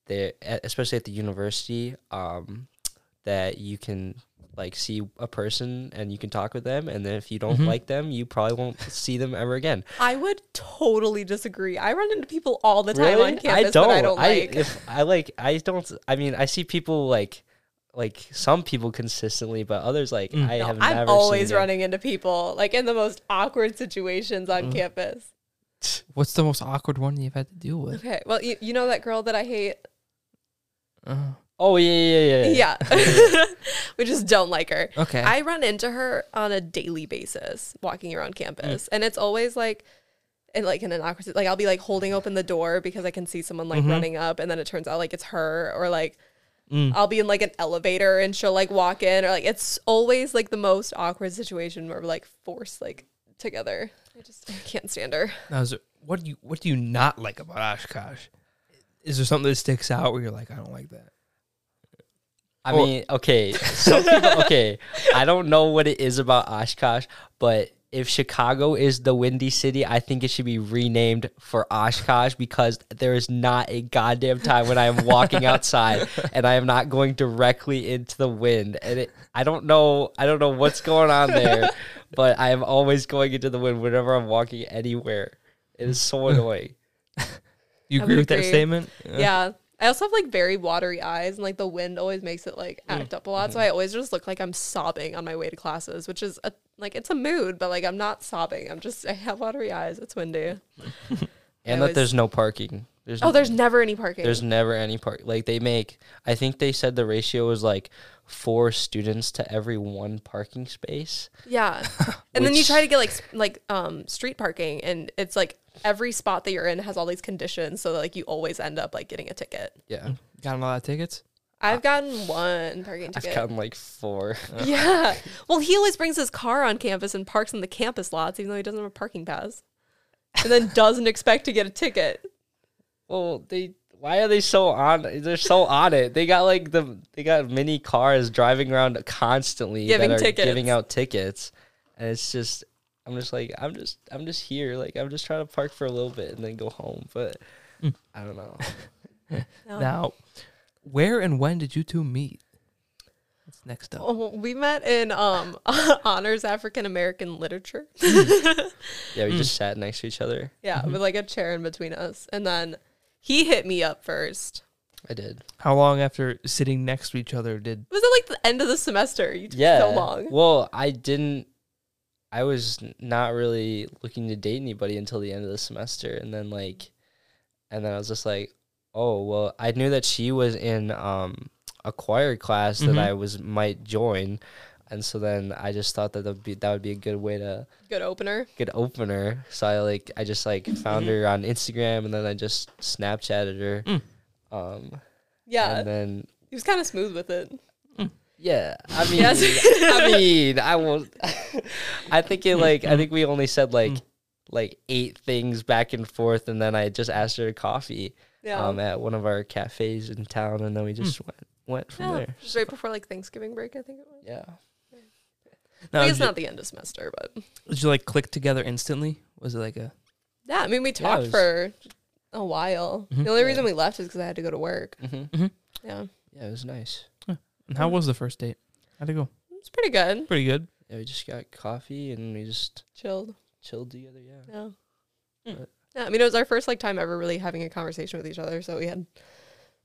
they especially at the university um that you can like see a person and you can talk with them and then if you don't
Mhm.
like them you probably won't see them ever again
I would totally disagree. I run into people all the time on
i
campus
don't
that I don't
I,
like.
if i like i don't i mean i see people like like some people consistently but others like
Mm.
i have
I'm
never
always
seen them.
running into people like in the most awkward situations on
Mm.
campus.
What's the most awkward one you've had to deal with?
Okay, well you, you know that girl that I hate.
Uh,
oh yeah yeah yeah
Yeah, we just don't like her.
okay.
I run into her on a daily basis walking around campus,
Mm.
and it's always like, and like in an awkward, like I'll be like holding open the door because I can see someone
Mm-hmm.
like running up, and then it turns out like it's her, or like
Mm.
I'll be in like an elevator and she'll like walk in, or like it's always like the most awkward situation where we're like forced like together. I just I can't stand her.
now, is there, what do you what do you not like about Oshkosh? Is there something that sticks out where you're like, I don't like that?
I
Or-
mean, okay, some people, okay, I don't know what it is about Oshkosh, but if Chicago is the windy city, I think it should be renamed for Oshkosh because there is not a goddamn time when I am walking outside and I am not going directly into the wind. And it, I don't know, I don't know what's going on there, but I am always going into the wind whenever I'm walking anywhere. It is so annoying.
You
I
agree
would
with that
agree.
statement?
yeah. I also have like very watery eyes, and like the wind always makes it like
Mm.
act up a lot.
Mm-hmm.
So I always just look like I'm sobbing on my way to classes, which is a, like it's a mood, but like I'm not sobbing. I'm just I have watery eyes. It's windy.
And
I
that
always-
there's no parking. There's
Oh, there's never any parking.
Mm-hmm. There's never any park. Like they make, I think they said the ratio was like four students to every one parking space.
yeah, and then you
Which-
try to get like s- like um street parking, and it's like every spot that you're in has all these conditions, so that, like you always end up like getting a ticket.
Yeah,
Gotten a lot of tickets?
I've gotten one parking
Ah. I've
ticket.
gotten like four.
yeah. Well, he always brings his car on campus and parks in the campus lots, even though he doesn't have a parking pass. And then doesn't expect to get a ticket.
well, they. Why are they so on? They're so on it. They got like the they got mini cars driving around constantly
Giving
that are
tickets.
giving out tickets, and it's just I'm just like I'm just I'm just here like I'm just trying to park for a little bit and then go home. But I don't know.
No.
Now, where and when did you two meet? That's next up.
Oh, We met in um, honors African American literature.
Yeah,
Hmm.
we just sat next to each other.
Yeah, with like a chair in between us. And then he hit me up first.
I did.
How long after sitting next to each other did
Was it like the end of the semester? You took
yeah
so long.
well i didn't i was n- not really looking to date anybody until the end of the semester and then like and then i was just like oh well i knew that she was in um a choir class
Mhm.
Mm-hmm.
that i was might join and so then i just thought that that'd be, that would be a good way to
Good opener.
good opener so i like i just like found
Mm-hmm.
her on instagram and then i just snapchatted her
Mm.
um
Yeah.
and then
he was kind of smooth with it.
yeah, I mean,
Yes.
I mean, I won't. I think it like I think we only said like like eight things back and forth, and then I just asked her to coffee
Yeah.
um at one of our cafes in town, and then we just went went from
yeah.
there.
It was right before like Thanksgiving break, I think it was.
Yeah, Oh,
Now,
I
did,
guess
you,
not the end of semester, but
did you like click together instantly? Was it like a
Yeah, Mhm. I mean, we talked
was-
for a while. The only reason we left is because I had to go to work.
hmm
Yeah,
yeah, it was nice.
and
Mm.
how was the first date? How'd it go?
it's pretty good.
Pretty good.
Yeah, we just got coffee and we just
Chilled.
chilled together. Yeah,
Yeah.
Mm.
yeah. I mean, it was our first like Mm-hmm. time ever really having a conversation with each other, so we had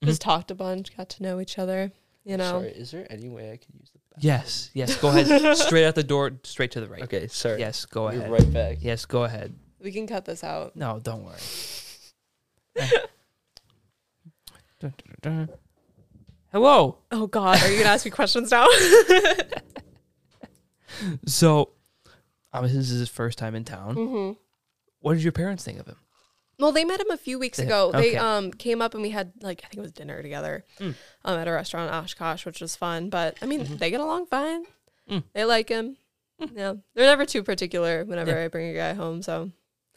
just talked a bunch, got to know each other. You know,
Sorry, is there any way I can use the bathroom?
Yes, yes. Go ahead. straight out the door, straight to the right.
Okay, sorry.
Yes, go
You're
ahead.
right back.
Yes, go ahead.
we can cut this out.
No, don't worry. Dun, dun, dun, dun. Hello.
Oh God, are you gonna ask me questions now?
So, obviously, this is his first time in town.
Mm-hmm.
What did your parents think of him?
well, they met him a few weeks
They-
ago.
okay. Hmm.
They um came up and we had like I think it was dinner together, um at a restaurant in Oshkosh, which was fun. But I
Mm-hmm.
mean, they get along fine.
Mm.
They like him. Yeah, they're never too particular whenever
Hmm. Yeah.
I bring a guy home. So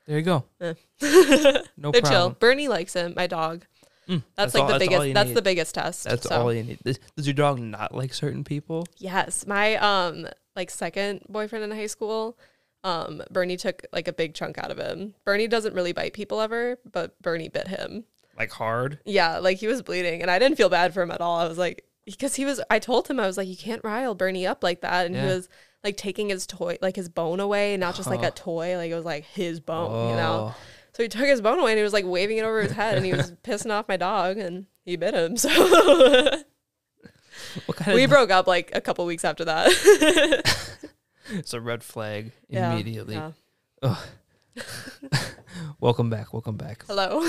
There you go.
eh.
No
they're
problem.
chill. Bernie likes him. My dog.
Mm,
That's,
that's
like
all-
the
that's all
biggest.
you
That's
need.
the biggest test.
That's
so.
all you need. Does, does your dog not like certain people?
Yes, my um like second boyfriend in high school, um Bernie took like a big chunk out of him. Bernie doesn't really bite people ever, but Bernie bit him.
Like hard?
Yeah, like he was bleeding and I didn't feel bad for him at all. I was like because he was I told him I was like you can't rile Bernie up like that and
Yeah.
he was like taking his toy like his bone away, not just like
Huh.
a toy, like it was like his bone,
Oh.
you know. So he took his bone away and he was like waving it over his head and he was pissing off my dog and he bit him. So
What kind
we
of
broke up like a couple weeks after that.
It's a red flag
Yeah,
immediately.
yeah.
Welcome back. Welcome back.
Hello.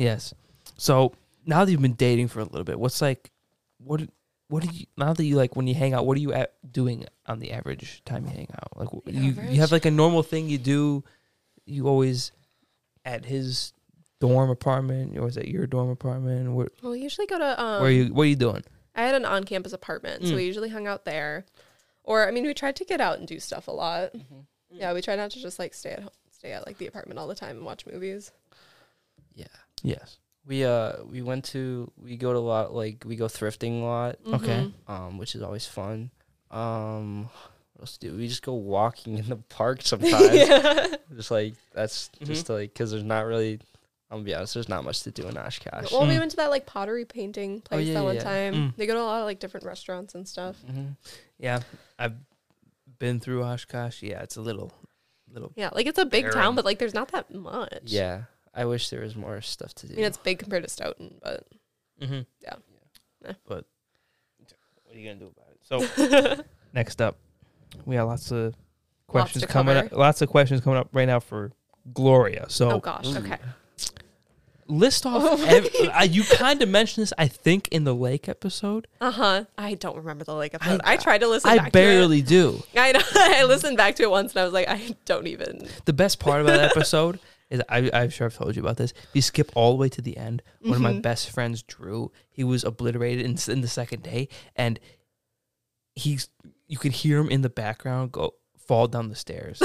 yes. So now that you've been dating for a little bit, what's like, what, what do you now that you like when you hang out? What are you at doing on the average time you hang out? Like wh-
The
you, you have
average?
like a normal thing you do. You always at his dorm apartment, or is it your dorm apartment? Where,
well, we usually go to um
where are you? What are you doing?
I had an on-campus apartment, so
Mm.
we usually hung out there. Or I mean, we tried to get out and do stuff a lot. Yeah, we tried not to just like stay at home, stay at like the apartment all the time and watch movies.
Yeah.
Yes.
We uh we went to we go to a lot like we go thrifting a lot,
Mm-hmm.
Okay.
um, which is always fun. Um what else do we we just go walking in the park sometimes?
yeah. Mm-hmm.
Just like that's
Mhm.
just like because there's not really I'm gonna be honest, there's not much to do in Oshkosh.
Well, we
Mm.
went to that like pottery painting place
yeah,
that one
yeah.
time.
Mm.
They go to a lot of like different restaurants and stuff.
Mm-hmm.
Mhm.
Yeah, I've been through Oshkosh. Yeah, it's a little, little.
Yeah, like it's a big
Barren.
town, but like there's not that much.
Yeah. I wish there was more stuff to do.
I mean it's big compared to Stoughton, but
Mm-hmm.
Yeah.
yeah.
Yeah.
But what are you gonna do about it? So next up, we got lots of questions
to
coming up.
cover.
Lots of questions coming up right now for Gloria. So
oh gosh,
Ooh.
okay.
list off.
Oh my
ev- uh, you kind of mentioned this, I think, in the lake episode.
Uh huh. I don't remember the lake
I-
episode. I, tried to listen.
I
back to it.
barely do.
I know. I listened back to it once and I was like, I don't even.
The best part about that episode is I, I'm sure I've told you about this. If you skip all the way to the end, one of
Mm-hmm.
my best friends, Drew, he was obliterated in, s- in the second day, and he's you could hear him in the background go fall down the stairs.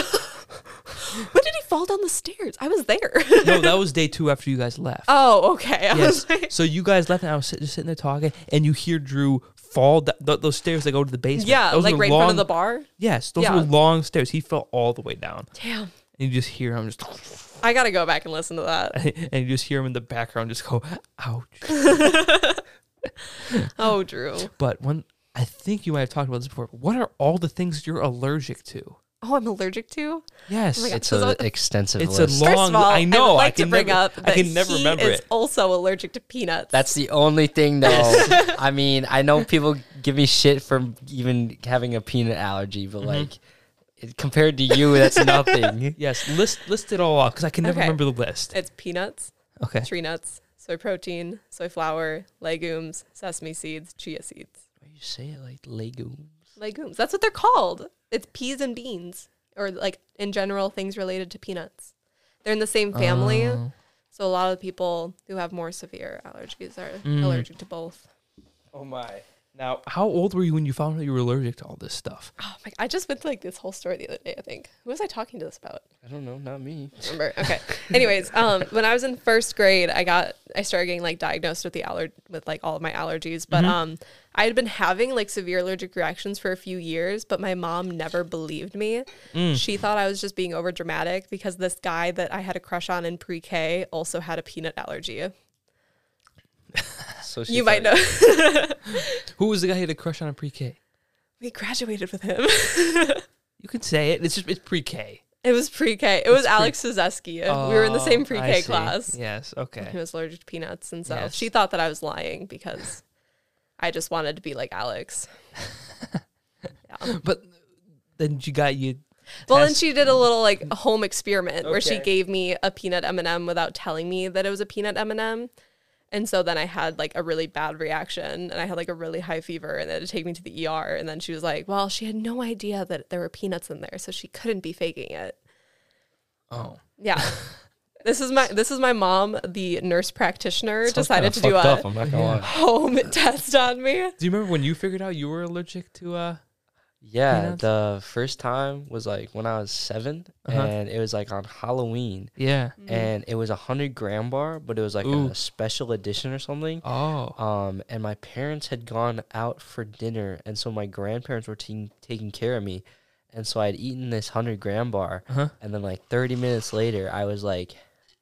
When did he fall down the stairs? I was there.
no, that was day two after you guys left.
oh, okay. I
yes.
was like,
So you guys left, and I was sit- just sitting there talking, and you hear Drew fall down th- those stairs that go to the basement.
yeah,
those
like
were
right in front
long-
of the bar.
Yes, those
Yeah.
were long stairs. He fell all the way down,
Damn.
and you just hear him just,
I got to go back and listen to that.
and you just hear him in the background just go, "Ouch."
Oh, Drew.
But one, I think you might have talked about this before. What are all the things you're allergic to?
Oh, I'm allergic to?
Yes,
Oh my God.
it's,
It's
There's
an
a-
extensive
it's a
list.
long.
First of all,
I know.
I would
I
like
can
to bring
never-
up
I
that
can never
he
remember
is
it.
also allergic to peanuts.
That's the only thing, though. I mean, I know people give me shit for even having a peanut allergy, but
Mm-hmm.
like it, compared to you, that's nothing.
yes, list list it all off because I can never
Okay.
remember the list.
It's peanuts,
Okay.
tree nuts, soy protein, soy flour, legumes, sesame seeds, chia seeds.
Why you say it like legume?
Legumes. That's what they're called. It's peas and beans, or like in general, things related to peanuts. They're in the same family.
Oh.
So a lot of people who have more severe allergies are
Mm.
allergic to both.
oh my. Now, how old were you when you found out you were allergic to all this stuff?
Oh my! I just went through like this whole story the other day. I think who was I talking to this about?
I don't know, not me.
I don't Remember? Okay. Anyways, um, when I was in first grade, I got I started getting like diagnosed with the aller with like all of my allergies. But
Mm-hmm.
um, I had been having like severe allergic reactions for a few years, but my mom never believed me.
Mm.
She thought I was just being over dramatic because this guy that I had a crush on in pre K also had a peanut allergy.
So she
You might
thought-
know.
Who was the guy who had a crush on a pre-K?
we graduated with him.
You can say it. It's just it's pre-K.
It was pre-K. It was Alex Suzeski. we were in the same
Oh, I
pre-K
see.
class.
Yes.
He
Okay.
was allergic to peanuts, and so
Yes.
she thought that I was lying because I just wanted to be like Alex. yeah.
But then you got you.
Well, then
Test-
she did a little like home experiment where she
Okay.
gave me a peanut M&M without telling me that it was a peanut M&M. And so then I had like a really bad reaction and I had like a really high fever and it had to take me to the ER and then she was like, "Well, she had no idea that there were peanuts in there, so she couldn't be faking it."
Oh,
Yeah. this is my this is my mom, the nurse practitioner,
Sounds
decided
kinda
to do a
fucked up, I'm not gonna lie.
home test on me.
do you remember when you figured out you were allergic to? uh
Yeah,
Peanuts?
the first time was like when I was 7
Uh-huh.
and it was like on Halloween,
Yeah.
Mm.
and it was a hundred gram bar, but it was like
Ooh.
a special edition or something.
Oh.
Um, and my parents had gone out for dinner, and so my grandparents were taking taking care of me, and so I had eaten this hundred gram bar,
Uh huh.
and then like thirty minutes later, I was like,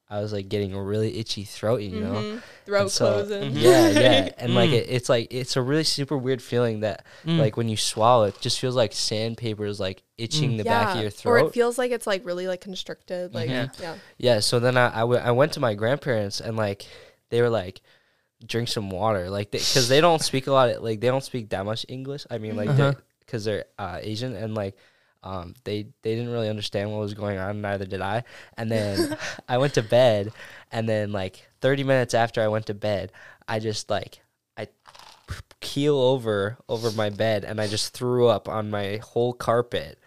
I was like getting a really itchy throat, you know.
Mhm. Throat
And so- mm-hmm.
closing.
Yeah, yeah, and like
Mm.
it, it's like it's a really super weird feeling that like when you swallow it, just feels like sandpaper is like itching the back of your
Mm. Or
throat.
it feels like it's like really like constricted. Like yeah.
Yeah.
Mm-hmm. Yeah, so then I I we- I went to my grandparents and like they were like drink some water like because they, don't speak a lot of, like they don't speak that much English. I mean like
Uh-huh.
because they're uh, Asian and like um they they didn't really understand what was going on neither did I. And then I went to bed and then like 30 minutes after I went to bed, I just like I keel over over my bed and I just threw up on my whole carpet.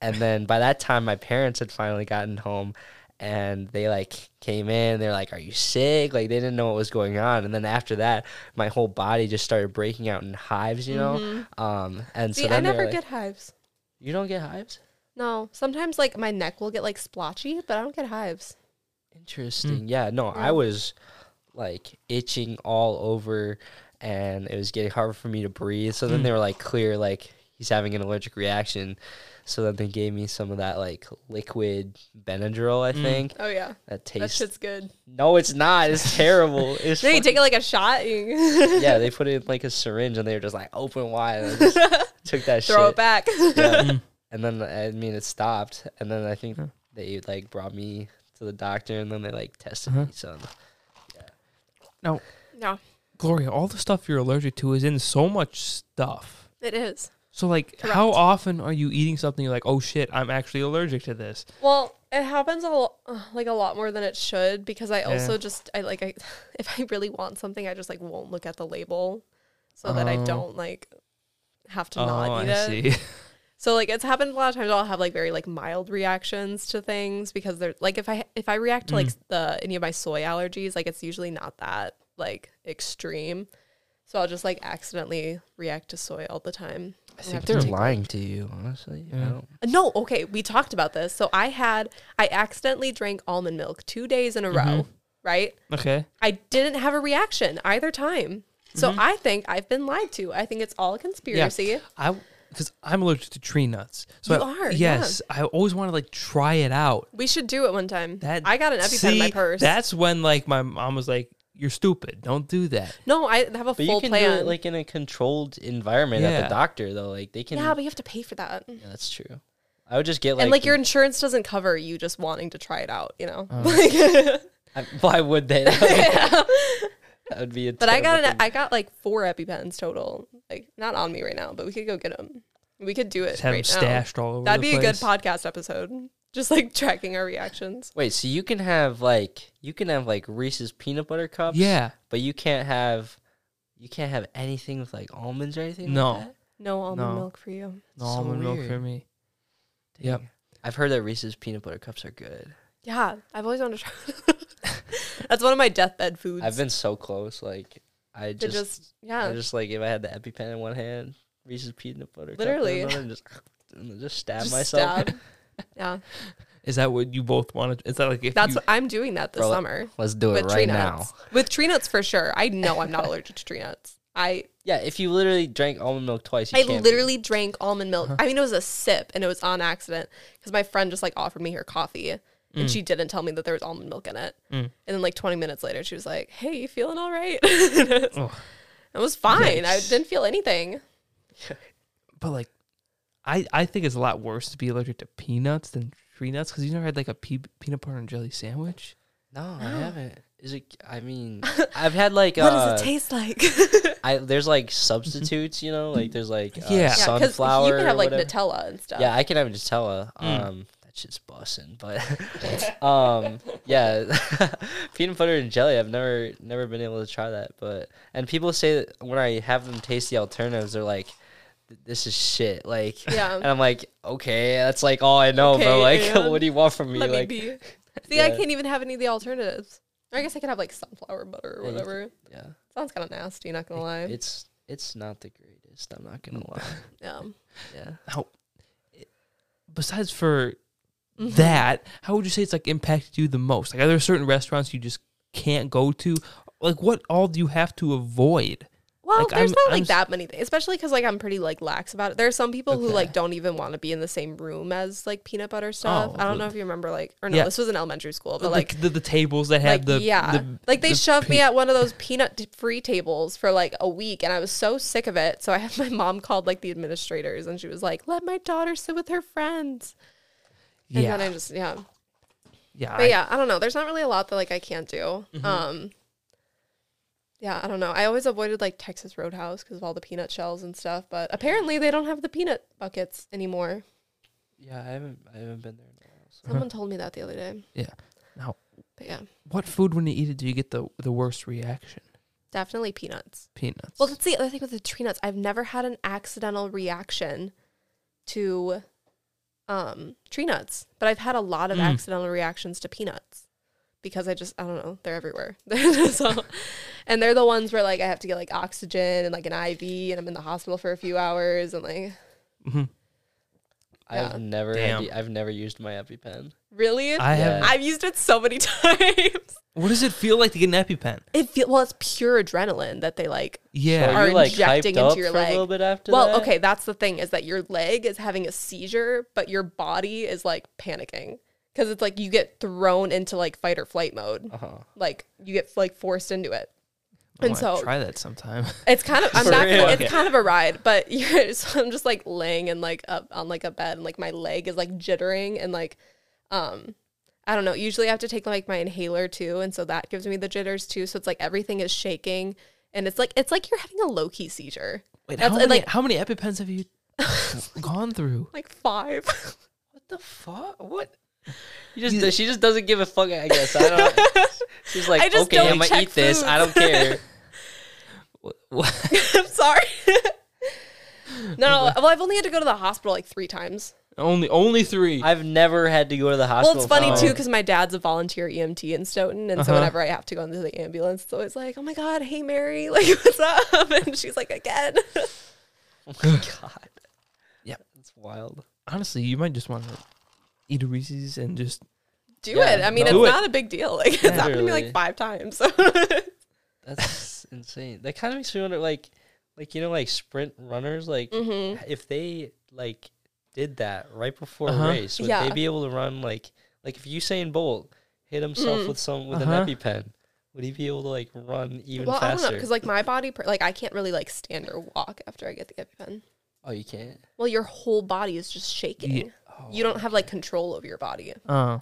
And then by that time, my parents had finally gotten home and they like came in. They're like, Are you sick? Like, they didn't know what was going on. And then after that, my whole body just started breaking out in hives, you know? Um,
Mm-hmm.
and
See,
so
I
then they were
never
like,
get hives.
You don't get hives?
No. Sometimes like my neck will get like splotchy, but I don't get hives.
Interesting. Yeah, no, I was like itching all over and it was getting hard for me to breathe. So then they were like clear like he's having an allergic reaction. So then they gave me some of that like liquid Benadryl, I think.
Oh yeah. That
That tastes
shit's good.
No, it's not. It's terrible. It's
Then you
fucking-
take it like a shot and
yeah, they put it in like a syringe and they were just like open wide and I just took that
throw
shit.
it back.
Yeah. and then I mean it stopped and then I think they like brought me to the doctor and then they like tested me so
Now,
no.
Gloria, all the stuff you're allergic to is in so much stuff.
It is.
So like, how often are you eating something you're like, oh shit, I'm actually allergic to this?
Well, it happens a lo- uh, like a lot more than it should because I also just I like I if I really want something I just like won't look at the label so that I
Oh.
don't like have to
oh,
not eat
I
it.
see.
So like it's happened a lot of times I'll have like very like mild reactions to things because they're like if I if I react to like the any of my soy allergies like it's usually not that like extreme. So I'll just like accidentally react to soy all the time.
I
have
think
to
they're
take-
lying to you, honestly. I
Yeah.
don't.
No, okay, we talked about this. So I had I accidentally drank almond milk 2 days in a row, right?
okay.
I didn't have a reaction either time. So I think I've been lied to. I think it's all a conspiracy.
I because I'm allergic to tree nuts. So
You
I-
are, yeah.
Yes, I always want to like try it out.
We should do it one time.
That
I got an EpiPen in my
see,
purse.
That's when like my mom was like, "You're stupid. Don't do that."
no, I have a
But
full
you can
plan.
do it like in a controlled environment at
Yeah.
the doctor, though. Like they can.
Yeah, but you have to pay for that.
Yeah, that's true. I would just get like.
and like your
the- Oh.
insurance doesn't cover you just wanting to try it out, you know.
I- why would they? that would be a.
but I got an,
terrible
I got like four EpiPens total. Like not on me right now, but we could go get them. We could do it
Just have
right
them
now.
stashed all over.
Oh, That'd
the
be a good
place.
podcast episode. Just like tracking our reactions.
thing. Wait, so you can have like you can have like Reese's peanut butter cups.
Yeah.
But you can't have, you can't have anything with like almonds or anything.
No.
Like that?
No almond
No.
milk for you.
No
So
almond milk for
weird.
me. Yep.
Dang. I've heard that Reese's peanut butter cups are good.
Yeah, I've always wanted to try. That's one of my deathbed foods.
I've been so close. Like I
to
just,
just, yeah.
I just like if I had the EpiPen in one hand, Reese's peanut butter,
Literally.
cup in another, and just and just stab
just
myself.
stab. yeah,
Is that what you both wanted? Is that like if
that's
you,
what I'm doing that this
Bro,
summer
Let's do it
with tree
right now.
nuts. With tree nuts for sure. I know I'm not allergic to tree nuts. I
Yeah, if you literally drank almond milk twice, you
I
can't be. Uh-huh.
literally drank almond milk. I mean, it was a sip and it was on accident because my friend just like offered me her coffee and
Mm.
she didn't tell me that there was almond milk in it. And then like 20 minutes later, she was like, "Hey, you feeling all right?" it
Oh.
was fine. I
Yikes.
didn't feel anything.
but like, I I think it's a lot worse to be allergic to peanuts than tree nuts because you never had like a pea, peanut butter and jelly sandwich.
No, I haven't. Is it? I mean, I've had like
what does it
uh,
taste like?
I there's like substitutes, you know, like there's like uh,
Yeah.
yeah, because
sunflower.
you can have
or
like
whatever.
Nutella and stuff.
Yeah, I can have Nutella.
Hmm.
Um, that shit's bussin', but um, yeah, peanut butter and jelly. I've never never been able to try that, but and people say that when I have them taste the alternatives, they're like. This is shit. Like,
Yeah.
and I'm like, okay, that's like all I know, bro. Like,
Okay, and
what do you want from me?
Let
like,
me be. See, I
Yeah.
can't even have any of the alternatives. Or I guess I could have like sunflower butter or
Yeah, you
whatever.
yeah,
Sounds kind of nasty. Not gonna lie.
it's it's not the greatest. I'm not gonna lie.
yeah.
Yeah,
How, besides for
Mm-hmm.
that, how would you say it's like impacted you the most? Like, are there certain restaurants you just can't go to? Like, what all do you have to avoid?
Well,
Like,
there's
I'm-
not
I'm
like
s-
that many things, especially because like I'm pretty like lax about it. There are some people who
Okay.
like don't even want to be in the same room as like peanut butter stuff.
Oh,
I don't
the-
know if you remember like or no,
Yeah.
this was in elementary school, but
like
like
the, the tables that
like
had the
yeah,
the-
like they
the
shoved me
pe-
at one of those peanut t- free tables for like a week, and I was so sick of it. So I had my mom called like the administrators, and she was like, "Let my daughter sit with her friends." And
yeah
then I just yeah,
yeah I-
but
Mm-hmm.
yeah, I don't know. There's not really a lot that like I can't do. Um, yeah, I don't know. I always avoided like Texas Roadhouse because of all the peanut shells and stuff. But apparently they don't have the peanut buckets anymore.
yeah. I haven't I haven't been there in a while. So.
Someone told me that the other day.
Uh-huh. Yeah. Now-
but yeah,
what food when you eat it do you get the the worst reaction?
definitely peanuts.
Peanuts.
Well, that's the other thing with the tree nuts. I've never had an accidental reaction to um tree nuts, but I've had a lot of
Mm.
accidental reactions to peanuts because I just I don't know, they're everywhere. so, and they're the ones where like I have to get like oxygen and like an IV and I'm in the hospital for a few hours and like
Mhm.
Yeah.
I've never had
Damn.
the- I've never used my EpiPen.
really
I have.
Yeah.
I've used it so many times.
What does it feel like to get an EpiPen?
It feel well, it's pure adrenaline that they like
Yeah.
Or-
Are
are
you like
injecting
hyped
into
up
your
for a
leg.
little bit after
Well,
that?
okay, that's the thing is that your leg is having a seizure, but your body is like panicking because it's like you get thrown into like fight or flight mode.
Uh huh.
Like you get like forced into it.
I
and
wanna
so-
try that sometime.
It's kind of I'm
For
not
real?
gonna, it's kind of a ride, but you're so I'm just like laying in like up on like a bed and like my leg is like jittering and like um I don't know. Usually I have to take like my inhaler too, and so that gives me the jitters too. So it's like everything is shaking and it's like it's like you're having a low key seizure.
Wait,
That's-
how many,
like-
how many EpiPens have you gone through?
Like five.
What the fuck? What? You just she just doesn't give a fuck. I guess I don't. She's like,
I just
okay,
don't
I'm gonna
check
eat this. I don't care.
I'm sorry. no, well, I've only had to go to the hospital like three times.
only only three.
I've never had to go to the
Well,
hospital.
it's funny
for
too
that.
because my dad's a volunteer EMT in Stoughton, and so
Uh-huh.
whenever I have to go into the ambulance, it's always like, "Oh my God, hey Mary, like what's up?" And she's like, "Again."
Oh my god.
Yeah.
that's wild.
Honestly, you might just want to eat a Reese's and just
Do
Yeah,
it. I mean,
no.
it's
Do it.
not a big deal. Like it's happened to me
Literally.
like five times. Mm-hmm.
That's insane. That kind of makes me wonder, like, like you know, like sprint runners, like
Mm-hmm.
if they like did that right before
Uh-huh.
a race, would
Yeah.
they be able to run like, like if Usain Bolt hit himself
Mm.
with some with
Uh-huh.
an EpiPen, would he be able to like run even
well, I don't know
faster?
because like my body, per- like I can't really like stand or walk after I get the EpiPen.
oh, you can't.
Well, your whole body is just shaking.
Oh.
You don't have like control over your body.
uh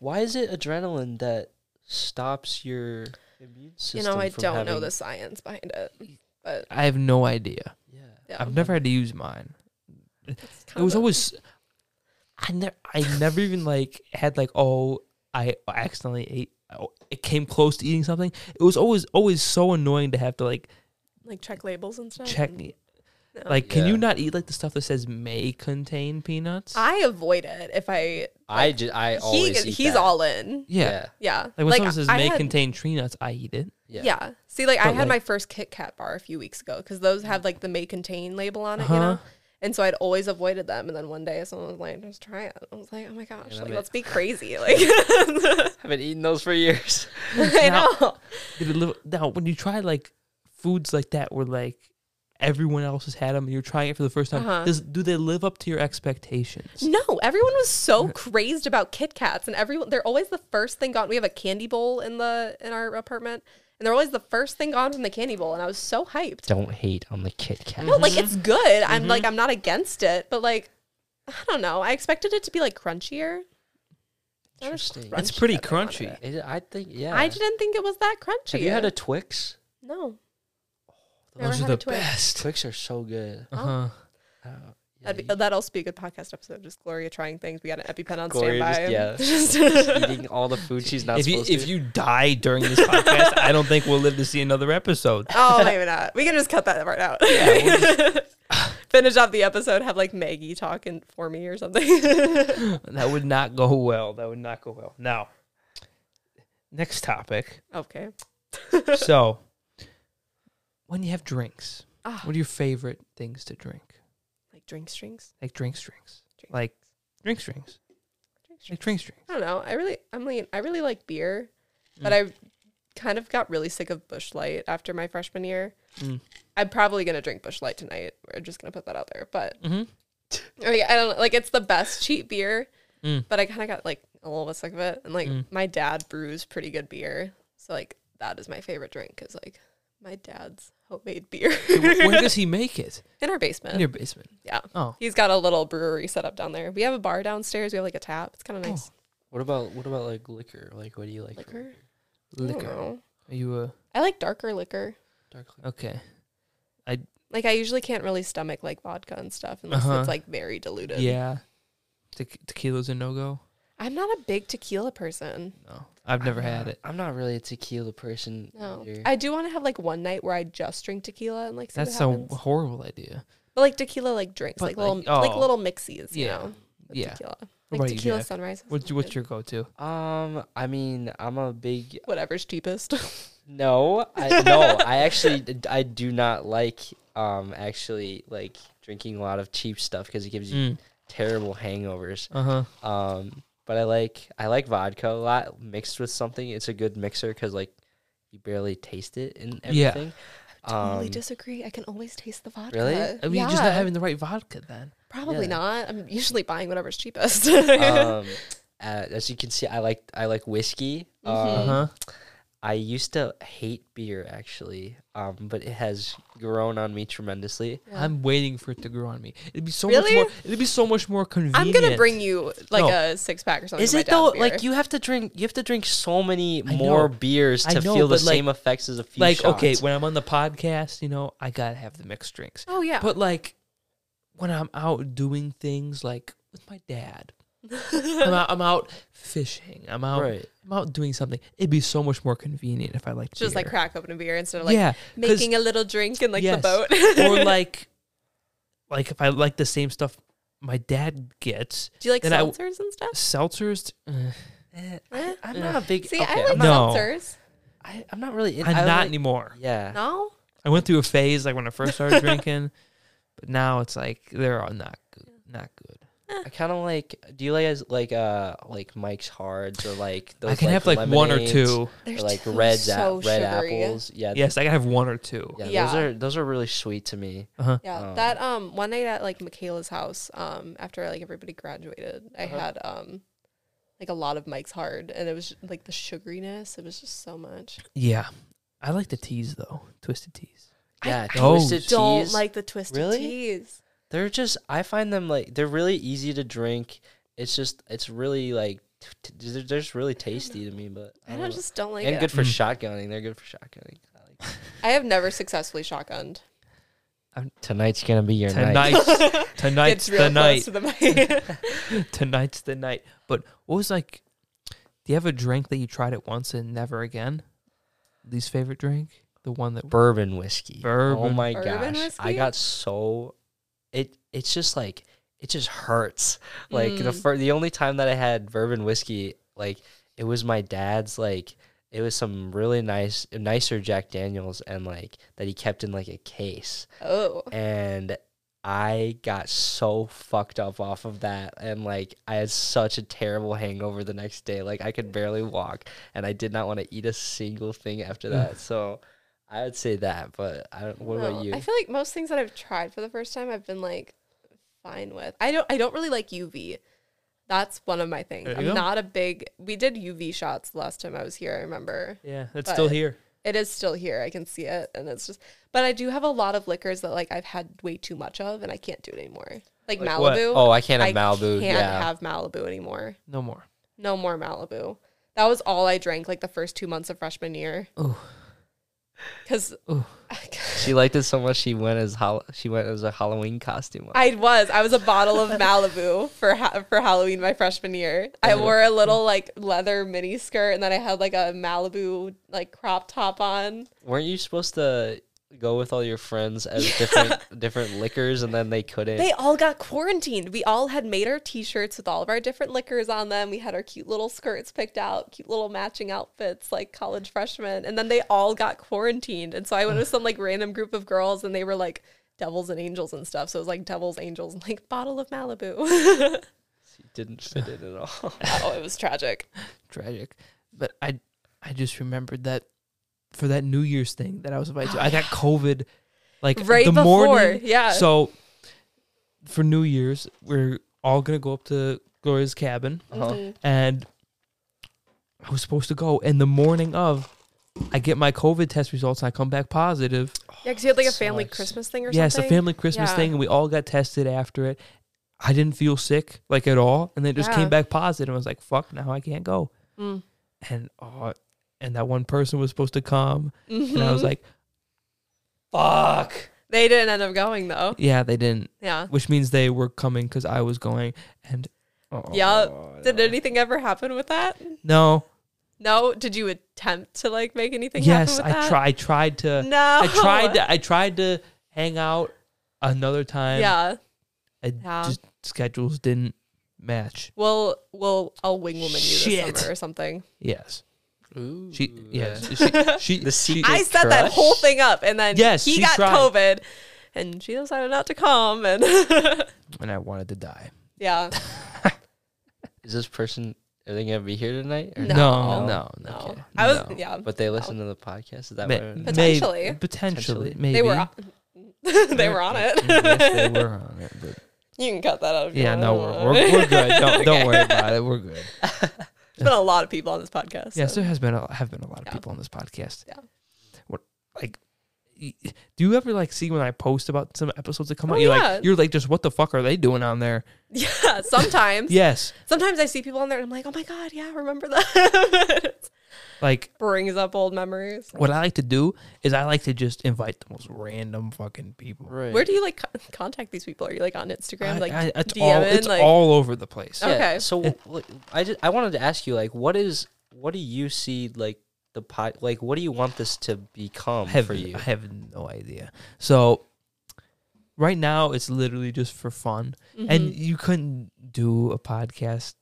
Why is it adrenaline that stops your
You
immune system?
know, I
from
don't know
having-
the science behind it, but
I have no idea.
Yeah.
yeah.
I've never had to use mine.
It's
It
kind
was
of a-
always I never I never even like had like oh I accidentally ate oh, it came close to eating something. It was always always so annoying to have to like
like oh, check labels and stuff.
check me.
No.
Like, can you
Yeah.
not eat like the stuff that says may contain peanuts?
I avoid it if I.
I just I
He
always eat
he's
that.
all in.
yeah.
Yeah.
Like when someone says
I
may
had-
contain tree nuts, I eat it.
Yeah.
yeah.
See, like I
But,
had my
like-
first Kit Kat bar a few weeks ago because those have like the may contain label on it, you
Uh-huh.
know. And so I'd always avoided them, and then one day someone was like, "Just try it." I was like, "Oh my gosh!
Yeah,
like,
that
let's be crazy!" Like,
I've been eating those for years.
I know.
Did it live- now, when you try like foods like that, where like everyone else has had them, and you're trying it for the first time,
Uh-huh.
does do they live up to your expectations?
No, everyone was so crazed about Kit Kats, and everyone they're always the first thing gone. We have a candy bowl in the in our apartment, and they're always the first thing gone from the candy bowl. And I was so hyped.
Don't hate on the Kit Kat.
No, like it's good. I'm
Mm-hmm.
like I'm not against it, but like I don't know. I expected it to be like crunchier. That was
Interesting.
It's
crunchy
pretty
that they wanted
crunchy.
it.
It- I think yeah.
I didn't think it was that crunchy.
Have you had a Twix?
no? Never
Those
had
are
a Oh.
the
Twix.
best.
Twix are so good.
Uh huh.
Uh, yeah,
That'd be, that'll be a good podcast episode. Just Gloria trying things. We got an EpiPen on
Gloria
standby.
just-
Just-
eating all the food she's not
If you
supposed
if
to.
you die during this podcast, I don't think we'll live to see another episode.
oh, maybe not. We can just cut that part out. Finish off the episode. Have like Maggie talking for me or something.
That would not go well. That would not go well. Now, next topic.
okay.
so, when you have drinks,
Ah.
what are your favorite things to drink?
Like drink strings.
Like drinks, drinks,
Drink
like drinks, drinks, like drinks, drinks.
I don't know. I really, I mean, I really like beer, but I kind of got really sick of Bush Light after my freshman year.
Mm.
I'm probably gonna drink Bush Light tonight. We're just gonna put that out there, but
Mhm.
I, mean, I don't like. It's the best cheap beer,
Mm.
but I kind of got like a little bit sick of it. And like
Mm.
my dad brews pretty good beer, so like that is my favorite drink. Is like my dad's homemade beer
Wh- Where does he make it?
in our
In
basement.
your basement.
Uh, yeah,
Oh,
he's got a little brewery set up down there. We have a bar downstairs. We have like a tap. It's kind
Oh,
of nice.
what about what about like liquor? Like what do you like? for
Liquor? I don't
liquor.
know.
Are you a
I like darker liquor.
Dark liquor.
okay?
Like I usually can't really stomach like vodka and stuff unless
Uh-huh.
it's like very diluted.
Yeah. Te- tequila's a no go.
I'm not a big tequila person.
No, I've never
Uh,
I'm
had
not-
it.
Uh, I'm not really a tequila person.
No.
either.
I do want to have like one night where I just drink tequila and like see
That's
That's
a
what happens.
horrible idea.
But like tequila like drinks,
But,
like little like,
like, oh.
little mixies, you
Yeah.
know. With
Yeah.
Tequila.
What
Like
about you,
tequila
Jack?
sunrises.
What's
is
what's
good.
your go to?
Um, I mean, I'm a big
whatever's cheapest.
no. I, no, I actually d- I do not like um actually like drinking a lot of cheap stuff because it gives you
Mm.
terrible hangovers.
Uh huh.
Um, but I like I like vodka a lot mixed with something. It's a good mixer because like you barely taste it and
Yeah.
everything.
totally
Um,
disagree. I can always taste the vodka.
Really?
I mean,
yeah.
you're just not having the right vodka then.
Probably
yeah.
not. I'm usually buying whatever's cheapest.
um, uh, as you can see, I like I like whiskey.
Uh
Um,
huh.
I used to hate beer actually, um, but it has grown on me tremendously.
Yeah.
I'm waiting for it to grow on me. It'd be so
Really?
much more. It'd be so much more convenient.
I'm gonna bring you like
No.
a six pack or something.
Is
of my
it though?
dad's beer.
Like you have to drink, you have to drink so many
I
more
know.
beers
I
to
know,
feel the
but, like-
same effects as a few
like
shots.
okay, when I'm on the podcast, you know, I gotta have the mixed drinks.
Oh yeah.
But like, when I'm out doing things like with my dad, I'm out, I'm out fishing. I'm out.
right?
I'm out doing something. It'd be so much more convenient if I like
just like
beer.
crack open a beer instead of like
yeah, 'cause-
making a little drink in like
Yes.
the boat.
or like, like if I like the same stuff my dad gets,
do you like
then I w-
seltzers and stuff?
seltzers. eh,
Eh,
Eh?
I'm not a big.
See,
okay,
I like
I'm not.
No.
seltzers.
I, I'm not really. in-
I'm
I
not
like-
anymore.
Yeah.
No,
I went through a phase like when I first started drinking, but now it's like they're all not good, not good.
I kind of like. Do you like guys like uh like Mike's Hards or like those?
I can have like one or
lemonades
two.
they're
Or like
too
reds, a-
so
red
sugary.
apples. Yeah.
Yes, I can have one or two.
Yeah,
Yeah.
Those are those are really sweet to me.
Yeah,
Um,
that um one night at like Michaela's house, um after like everybody graduated, I
Uh-huh.
had um like a lot of Mike's hard, and it was like the sugariness. It was just so much.
Yeah, I like the teas though, twisted teas.
Yeah,
those
toasted
Don't
teas.
like the twisted
Really?
teas.
they're just I find them like they're really easy to drink. It's just it's really like t- t- they're just really tasty to me. But
I
I don't
don't,
know.
just don't like
and
it.
good for
Mm.
shotgunning. They're good for shotgunning. I like that.
I have never successfully shotgunned.
Tonight's gonna be your night.
Tonight's tonight's
It's real
the
close
night.
to the mic.
Tonight's the night. But what was like? Do you have a drink that you tried it once and never again? Least favorite drink, the one that
Bourbon whiskey. Oh
Bourbon.
my
Bourbon
gosh! I
whiskey?
got so it. It's just like it just hurts. Like the
Mm.
fir- the only time that I had bourbon whiskey, like it was my dad's. Like it was some really nice, nicer Jack Daniels, and like that he kept in like a case.
oh.
and I got so fucked up off of that and like I had such a terrible hangover the next day. Like I could barely walk and I did not want to eat a single thing after that. So I would say that, but I don't what
No,
about you?
I feel like most things that I've tried for the first time, I've been like fine with. I don't. I don't really like UV. That's one of my things.
There you go.
I'm not a big. We did UV shots last time I was here. I remember
yeah, it's
But-
still here.
it is still here. I can see it, and it's just. But I do have a lot of liquors that like I've had way too much of, and I can't do it anymore. Like,
Like what?
Malibu.
oh, I can't
I
have Malibu.
can't
yeah.
have Malibu anymore.
No more.
No more Malibu. That was all I drank like the first two months of freshman year.
Ooh.
Because
Ooh.
She liked it so much she went as hol- she went as a Halloween costume.
I was. I was a bottle of Malibu for ha- for Halloween my freshman year. I wore a little like leather mini skirt, and then I had like a Malibu like crop top on.
Weren't you supposed to go with all your friends as different different liquors and then they couldn't?
They all got quarantined. We all had made our T-shirts with all of our different liquors on them. We had our cute little skirts picked out, cute little matching outfits like college freshmen, and then they all got quarantined. And so I went with some like random group of girls, and they were like devils and angels and stuff. So it was like devils, angels, and like bottle of Malibu. oh,
She didn't fit in at all.
it was tragic.
tragic. But I I just remembered that for that New Year's thing that I was invited to, I got COVID like
Right
the
before,
morning.
yeah.
So for New Year's, we're all gonna go up to Gloria's cabin,
Uh-huh.
and I was supposed to go. And the morning of, I get my COVID test results, and I come back positive.
Yeah, because you had like a
That
family
sucks.
Christmas thing or
yeah, it's a
something.
family Christmas
Yeah.
thing, and we all got tested after it. I didn't feel sick like at all, and then it just
Yeah.
came back positive. I was like, "Fuck, now I can't go."
Mm.
And oh, and that one person was supposed to come, and
Mm-hmm.
I was like, "Fuck."
They didn't end up going though.
Yeah, they didn't,
Yeah.
which means they were coming because I was going, and oh,
Yup. Did anything ever happen with that?
no,
No. Did you attempt to like make anything
yes,
happen with that?
I tried. I tried to.
No.
I tried to. I tried to hang out another time.
Yeah.
I
Yeah.
just schedules didn't match.
We'll we'll I'll wing woman you
Shit.
this summer or something.
Yes.
Ooh.
She yeah. She, she, she-
The secret-
I set that
crush?
whole thing up and then
Yes,
he
she
got
tried.
COVID and she decided not to come and
and I wanted to die.
Yeah.
Is this person are they gonna be here tonight? or-
no,
No.
no,
No.
okay,
I was
no.
yeah.
But they listen to the podcast. Is that
Ma-
what?
may-
Potentially.
potentially,
Potentially.
maybe
They were on- they were on
Yes, they
it.
were on it. But
you can cut that out if you
yeah,
want.
no, we're, we're, we're good. Don't don't worry about it. We're good.
There's been a lot of people on this podcast.
Yes,
so-
there has been a, have been a lot of
Yeah.
people on this podcast.
Yeah.
What like? y- Do you ever like see when I post about some episodes that come
Oh,
out? You're
yeah.
like, you're like, just what the fuck are they doing on there?
Yeah, sometimes.
Yes,
Sometimes I see people on there and I'm like, oh my God, yeah, remember that? It
like
brings up old memories.
what I like to do is I like to just invite the most random fucking people.
Right.
Where do you like co- contact these people? Are you like on Instagram?
I-
like,
I- it's
DMing,
all it's
like-
all over the place.
Oh. Okay.
So what- I just I wanted to ask you like what is what do you see like the pod like what do you want this to become
I have,
for you?
I have no idea. So right now it's literally just for fun, and
mm-hmm.
you couldn't do a podcast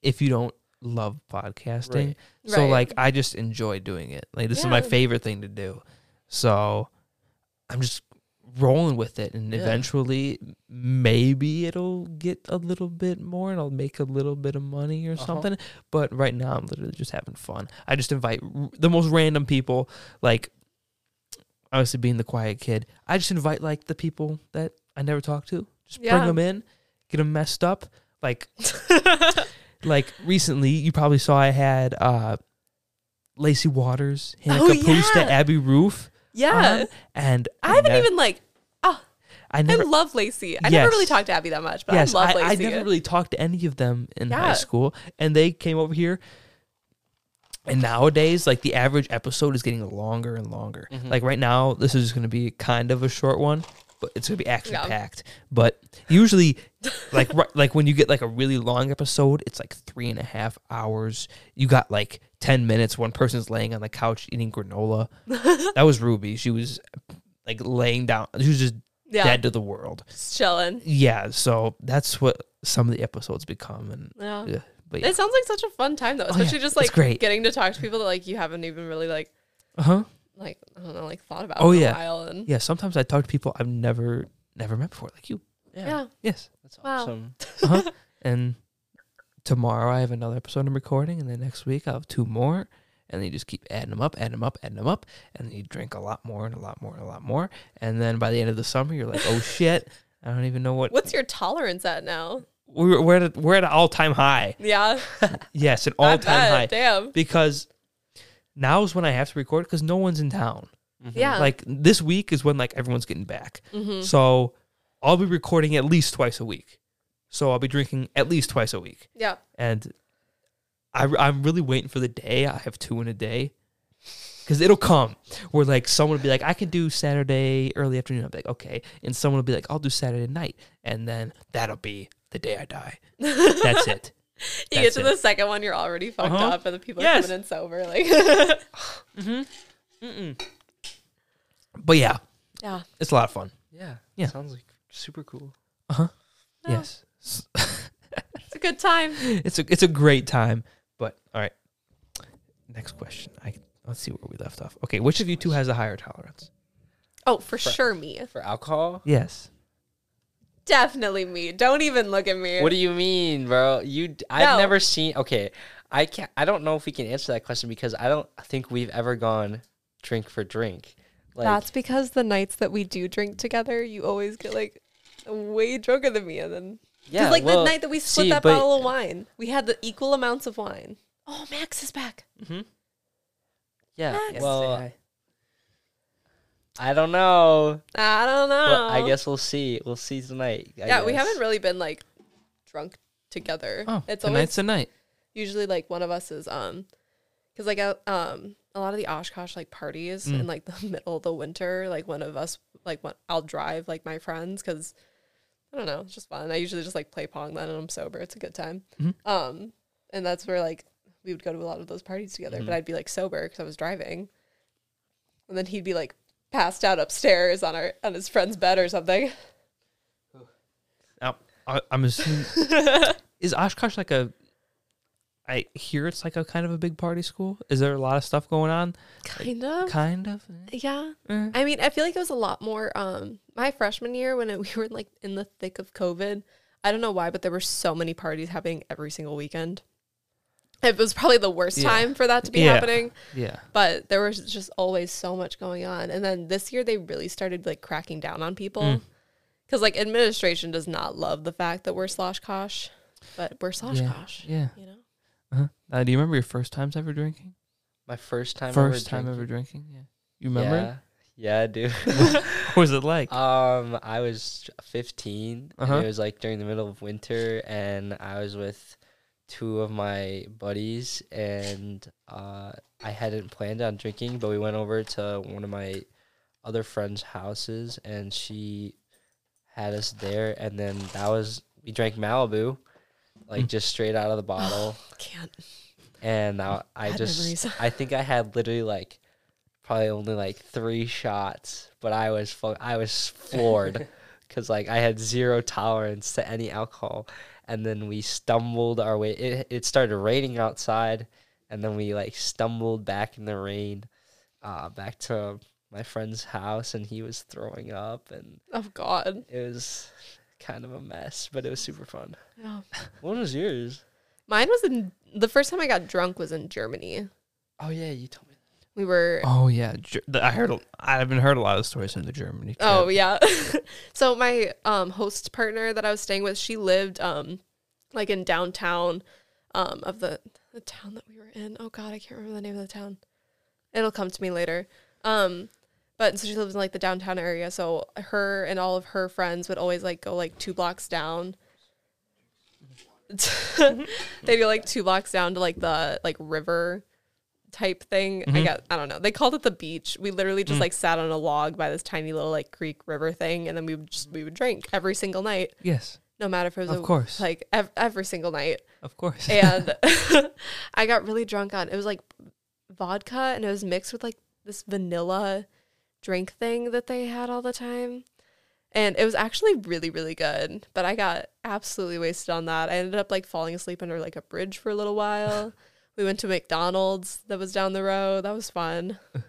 if you don't love podcasting.
Right.
So
Right.
like I just enjoy doing it. Like this is
Yeah.
my favorite thing to do. So I'm just rolling with it and
Yeah.
eventually maybe it'll get a little bit more and I'll make a little bit of money or
Uh-huh.
something. But right now I'm literally just having fun. I just invite r- the most random people like obviously being the quiet kid. I just invite like the people that I never talk to. Just bring 'em
Yeah.
bring them in, get them messed up. Like like recently you probably saw I had uh Lacey Waters, Hannah
Oh,
Kapusta,
yeah.
Abby Roof.
yeah.
on, and
I haven't
nev-
even like, oh,
I uh-huh. never
I love Lacey. I never really
Yes.
talked to Abby that much, but
yes,
I
I,
love
I
Lacey.
never really talked to any of them in
Yeah.
high school, and they came over here. And nowadays, like the average episode is getting longer and longer.
Mm-hmm.
Like right now, this is going to be kind of a short one, but it's going to be action packed. But usually, like right, like when you get like a really long episode, it's like three and a half hours. You got like ten minutes. One person's laying on the couch eating granola. that was Ruby. She was like laying down. She was just
Yeah.
dead to the world
Just chilling.
yeah, so that's what some of the episodes become, and
Yeah.
yeah, but yeah. Oh,
It sounds like such a fun time though,
yeah,
especially just
it's
like
great.
getting to talk to people that like you haven't even really like
uh huh.
like I don't know like thought about
Oh,
in
yeah.
a while and
Yeah, sometimes I talk to people I've never never met before, like you.
yeah.
Yes,
That's
Wow.
awesome.
and tomorrow I have another episode I'm recording, and then next week I'll have two more, and then you just keep adding them up, adding them up, adding them up, and then you drink a lot more and a lot more and a lot more, and then by the end of the summer you're like, oh shit, I don't even know what
What's your tolerance at now?
we're we're at a, we're at an all time high.
Yeah.
Yes, an
I
all time
bet.
high
Damn.
because now's when I have to record because no one's in town.
Mm-hmm.
Yeah.
like this week is when like everyone's getting back so i'll be recording at least twice a week so i'll be drinking at least twice a week
yeah.
and I, I'm really waiting for the day. I have two in a day. Because it'll come where like someone will be like, I can do Saturday early afternoon. I'll be like, okay. And someone will be like, I'll do Saturday night. And then that'll be the day I die. That's it.
You get
That's
to
it.
the second one, you're already fucked
Uh-huh.
up, and the people
Yes.
are coming in sober. Like,
But yeah,
yeah,
it's a lot of fun.
Yeah.
Yeah.
Sounds like super cool.
Yeah.
Yes. S-
it's a good time.
It's a it's a great time. But all right. Next question. I let's see where we left off. Okay, which of you two has a higher tolerance?
Oh, for sure, me.
For alcohol?
Yes.
Definitely me. Don't even look at me.
What do you mean, bro? You d- I've
No.
never seen Okay, I can not I don't know if we can answer that question because I don't think we've ever gone drink for drink. Like
That's because the nights that we do drink together, you always get like way drunker than me, and then
yeah,
Just like
well,
the night that we split
see,
that
but-
bottle of wine, we had the equal amounts of wine. Oh, Max is back.
Yeah.
Max.
Well, I don't know.
I don't know.
Well, I guess we'll see. We'll see tonight. I
Yeah, we
guess.
haven't really been like drunk together.
Oh,
it's always
tonight's the night.
usually like one of us is um, because like uh, um a lot of the Oshkosh like parties in like the middle of the winter, like one of us like one, I'll drive like my friends because I don't know, it's just fun. I usually just like play pong then and I'm sober. It's a good time. Um, and that's where like we would go to a lot of those parties together. But I'd be like sober because I was driving, and then he'd be like passed out upstairs on our on his friend's bed or something.
Now, I, I'm assuming is Oshkosh like a. I hear it's like a kind of a big party school. Is there a lot of stuff going on?
Kind of.
Kind of.
Yeah.
Mm.
I mean, I feel like it was a lot more um my freshman year when it, we were like in the thick of COVID. I don't know why, but there were so many parties happening every single weekend. It was probably the worst
Yeah.
time for that to be
Yeah.
happening,
Yeah.
but there was just always so much going on. And then this year they really started like cracking down on people.
Mm.
Cuz like administration does not love the fact that we're slosh kosh, but we're slosh kosh,
Yeah.
you know.
Uh-huh. Uh, do you remember your first times ever drinking?
My first time.
first time
drinking.
ever drinking? Yeah. You remember? it?
Yeah, yeah I do.
What was it like?
Uh,
Um, I was 15.
Uh-huh.
And it was like during the middle of winter, and I was with two of my buddies, and uh, I hadn't planned on drinking, but we went over to one of my other friends' houses, and she had us there, and then that was we drank Malibu,
Mm.
like just straight out of the bottle,
Can't.
and I, I
Bad
just
memories.
I think I had literally like probably only like three shots, but I was fu- I was floored because like I had zero tolerance to any alcohol, and then we stumbled our way. It it started raining outside, and then we like stumbled back in the rain, uh, back to my friend's house, and he was throwing up, and
Oh god.
it was kind of a mess, but it was super fun.
Yeah.
What was yours?
Oh. Mine was in the first time I got drunk was in Germany.
Oh yeah, you told me.
We were
oh, yeah. Ger- the- I heard, a- I haven't heard a lot of stories in the Germany.
Oh
trip.
yeah. so my um, host partner that I was staying with, she lived um, like in downtown um, of the the town that we were in. Oh God, I can't remember the name of the town. It'll come to me later. Um, but so she lives in like the downtown area. So her and all of her friends would always like go like two blocks down. They'd go like two blocks down to like the like river type thing.
Mm-hmm.
I guess I don't know. They called it the beach. We literally
Mm.
just like sat on a log by this tiny little like creek river thing, and then we would just we would drink every single night,
Yes.
no matter if it was
Of
a-
course.
like ev- every single night.
Of course.
And I got really drunk on it was like vodka, and it was mixed with like this vanilla drink thing that they had all the time. And it was actually really, really good. But I got absolutely wasted on that. I ended up like falling asleep under like a bridge for a little while. we went to McDonald's that was down the road. That was fun. But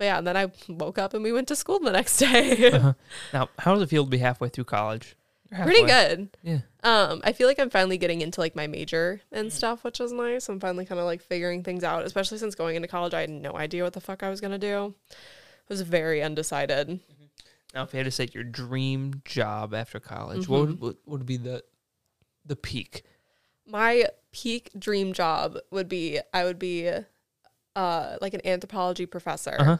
yeah, and then I woke up and we went to school the next day.
Now, how does it feel to be halfway through college? You're
Pretty
halfway.
good.
Yeah.
Um, I feel like I'm finally getting into like my major and stuff, which is nice. I'm finally kind of like figuring things out, especially since going into college, I had no idea what the fuck I was gonna do. I was very undecided.
Now, if you had to say your dream job after college, what, would, what would be the the peak?
My peak dream job would be I would be uh like an anthropology professor.
Uh-huh.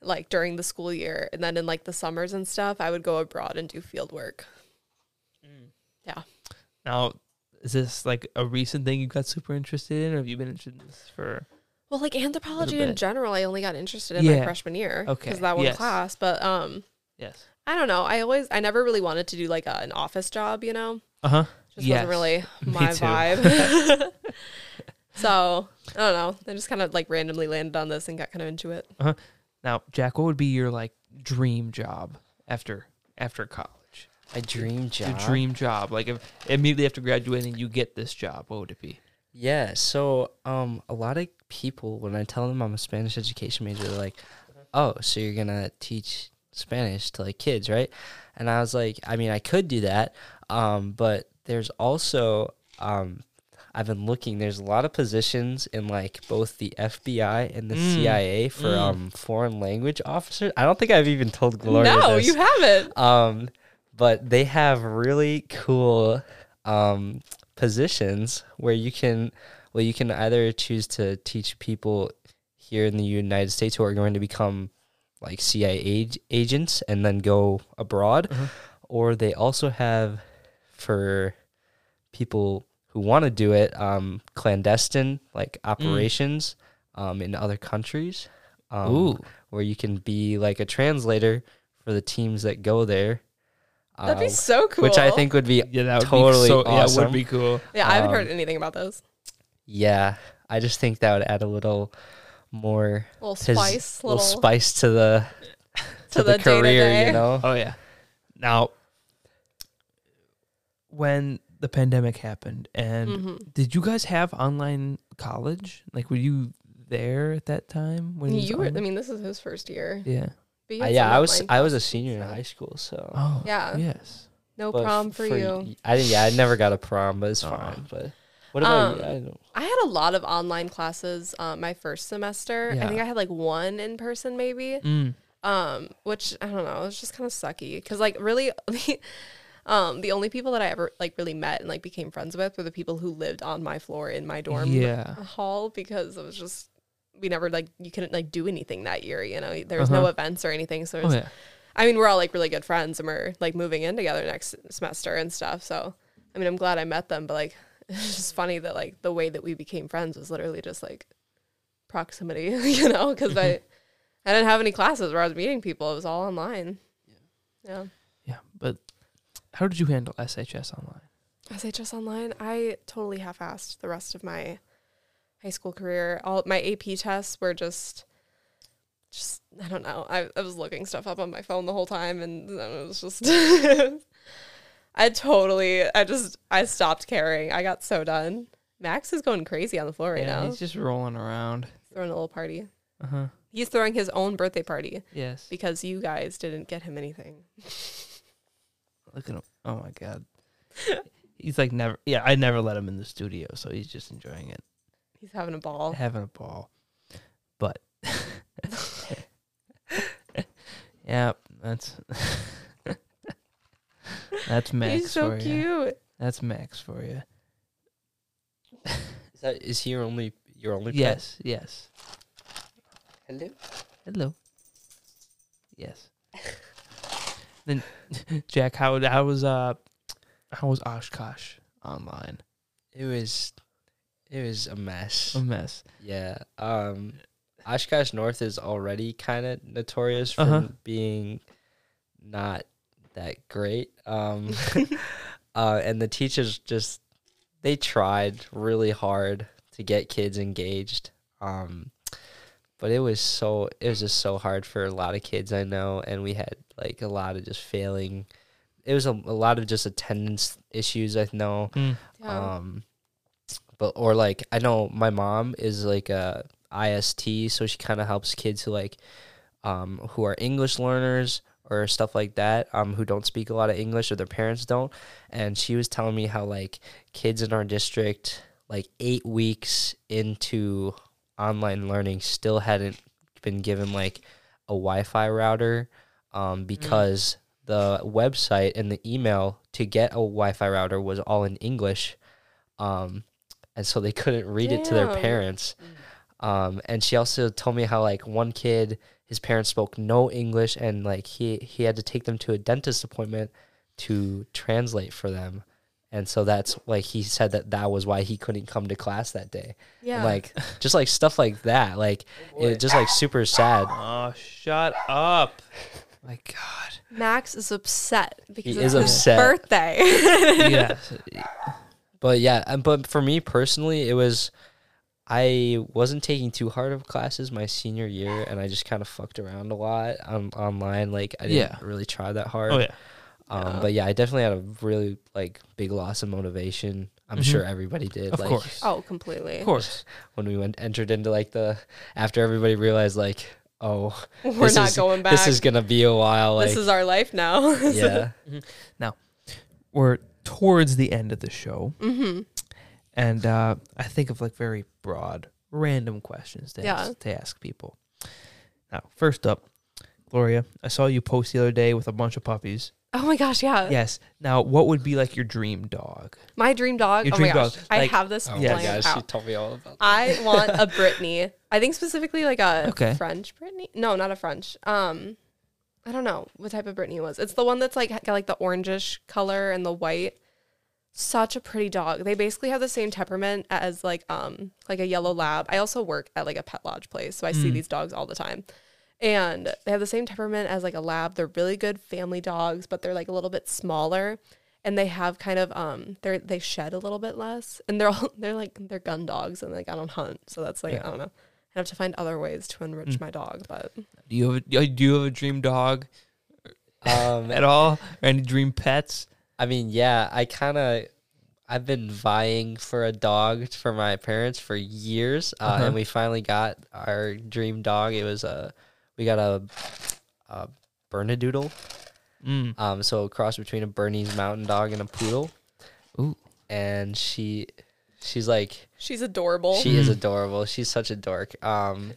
Like during the school year, and then in like the summers and stuff, I would go abroad and do field work. Yeah,
Now, is this like a recent thing you got super interested in, or have you been interested in this for?
Well, like anthropology in
bit.
general, I only got interested in
Yeah.
my freshman year
Okay,
because that one
yes.
class. But um,
Yes.
I don't know. I always, I never really wanted to do like a, an office job. You know,
Uh huh.
just wasn't really
Me
my
too.
vibe. so I don't know. I just kind of like randomly landed on this and got kind of into it.
Now, Jack, what would be your like dream job after after college?
A dream job.
Your dream job, like if immediately after graduating you get this job, what would it be?
Yeah, so um, a lot of people when I tell them I'm a Spanish education major, they're like, "Oh, so you're gonna teach Spanish to like kids, right?" And I was like, "I mean, I could do that, um, but there's also um, I've been looking. There's a lot of positions in like both the FBI and the
Mm,
CIA for
mm.
um, foreign language officers. I don't think I've even told Gloria.
no,
this
you haven't.
um, but they have really cool um, positions where you can well you can either choose to teach people here in the United States who are going to become like CIA ag- agents and then go abroad,
Uh-huh.
or they also have for people who want to do it um, clandestine like operations um, in other countries. Um, where you can be like a translator for the teams that go there.
That'd be
uh,
so cool.
Which I think would be
yeah, that would be
totally
so, yeah, it
awesome.
would be cool.
Yeah, I haven't
um,
heard anything about those.
yeah. I just think that would add a little more
Little
his-
spice,
little
little,
spice to the to, the, career,
day-to-day.
you know.
Oh yeah. Now, when the pandemic happened, and
Mhm.
did you guys have online college? Like, were you there at that time when it was
You were. I
online?
mean, this is his first year.
yeah.
But you
Uh,
had
yeah,
some
I was
online
I was a
classes,
senior in
so-
high school, so
Oh.
Yeah.
Yes.
No
but f-
prom for, you.
I didn't. Yeah, I never got a prom, but it's
Aw.
fine. But what about you?
Um,
I don't.
I had a lot of online classes um, my first semester.
Yeah.
I think I had like one in person, maybe,
Mm.
um, which I don't know. It was just kind of sucky because, like, really, um, the only people that I ever like really met and like became friends with were the people who lived on my floor in my dorm
Yeah.
hall because it was just we never like you couldn't like do anything that year. You know, there was no
Uh-huh.
events or anything. So it
Oh
was,
yeah.
I mean, we're all like really good friends and we're like moving in together next semester and stuff. So, I mean, I'm glad I met them, but like, it's just funny that like the way that we became friends was literally just like proximity, you know, because I, I didn't have any classes where I was meeting people. It was all online. Yeah.
Yeah. But how did you handle SHS online?
SHS online, I totally half assed the rest of my high school career. All my AP tests were just, just I don't know. I, I was looking stuff up on my phone the whole time, and then it was just, I totally, I just, I stopped caring. I got so done. Max is going crazy on the floor right
yeah,
now.
he's
He's
just rolling around.
throwing a little party.
Uh huh.
He's throwing his own birthday party
Yes.
because you guys didn't get him anything.
Look at him. Oh my god. he's like never. Yeah, I never let him in the studio, so he's just enjoying it,
He's having a ball.
having a ball. But yeah, that's that's Max
He's so
for you.
cute.
That's Max for you.
Is that is he your only your only? pet?
Yes. Yes.
Hello.
Hello. Yes. then Jack, how how was uh how was Oshkosh online?
It was. It was a mess.
A mess.
Yeah. Um Oshkosh North is already kind of notorious for
Uh-huh.
being not that great. Um uh and the teachers just they tried really hard to get kids engaged. Um but it was so it was just so hard for a lot of kids I know and we had like a lot of just failing it was a, a lot of just attendance issues I know
Hmm.
Yeah.
um but or like i know my mom is like a ist so she kind of helps kids who like um who are english learners or stuff like that um who don't speak a lot of english or their parents don't and she was telling me how like kids in our district like eight weeks into online learning still hadn't been given like a wi-fi router um, because the website and the email to get a wi-fi router was all in english um, and so they couldn't read it to their
Damn.
parents um, and she also told me how like one kid his parents spoke no english and like he he had to take them to a dentist appointment to translate for them And so that's like he said that that was why he couldn't come to class that day. And,
Yeah.
Like just like stuff like that. Like it just like super sad.
Oh, shut up. My God.
Max is upset because it's
is
his
upset.
birthday.
Yes.
But yeah, and- but for me personally, it was I wasn't taking too hard of classes my senior year, and I just kind of fucked around a lot on online. Like I didn't
Yeah.
really try that hard.
Oh, yeah.
Um, But yeah, I definitely had a really like big loss of motivation. I'm sure everybody did.
Of
like
course.
oh, completely.
Of course.
when we went entered into like the after everybody realized like oh
We're
this
not
is-
going back.
This is gonna be a while. Like
this is our life now.
yeah.
We're towards the end of the show. Mm-hmm. And uh, I think of like very broad, random questions to,
Yeah.
ask, to ask people. Now, first up, Gloria, I saw you post the other day with a bunch of puppies.
oh my gosh, yeah.
Yes. Now, what would be like your dream dog?
My dream dog.
Your
oh
dream
my gosh.
dog,
I
like-
have this
Oh
Yes.
my
planned
gosh, she
out.
told me all about.
I want a Brittany. I think specifically like a
Okay.
French Brittany. No, not a French. Um, I don't know what type of Brittany it was. It's the one that's like got like the orangish color and the white. Such a pretty dog. They basically have the same temperament as like um like a yellow lab. I also work at like a pet lodge place, so I see these dogs all the time. And they have the same temperament as like a lab. They're really good family dogs, but they're like a little bit smaller and they have kind of um they are they shed a little bit less and they're all they're like they're gun dogs and like I don't hunt so that's like I don't know I have to find other ways to
Mm.
enrich my dog but
Do you have a, uh, do you have a dream dog
Um,
at all, or any dream pets?
I mean, yeah, I kind of I've been vying for a dog for my parents for years, uh,
Uh-huh.
and we finally got our dream dog. It was a we got a, a Bernedoodle,
Mm.
um, so a cross between a Bernese Mountain Dog and a poodle,
Ooh.
and she she's like
she's adorable
she is adorable. She's such a dork. Um,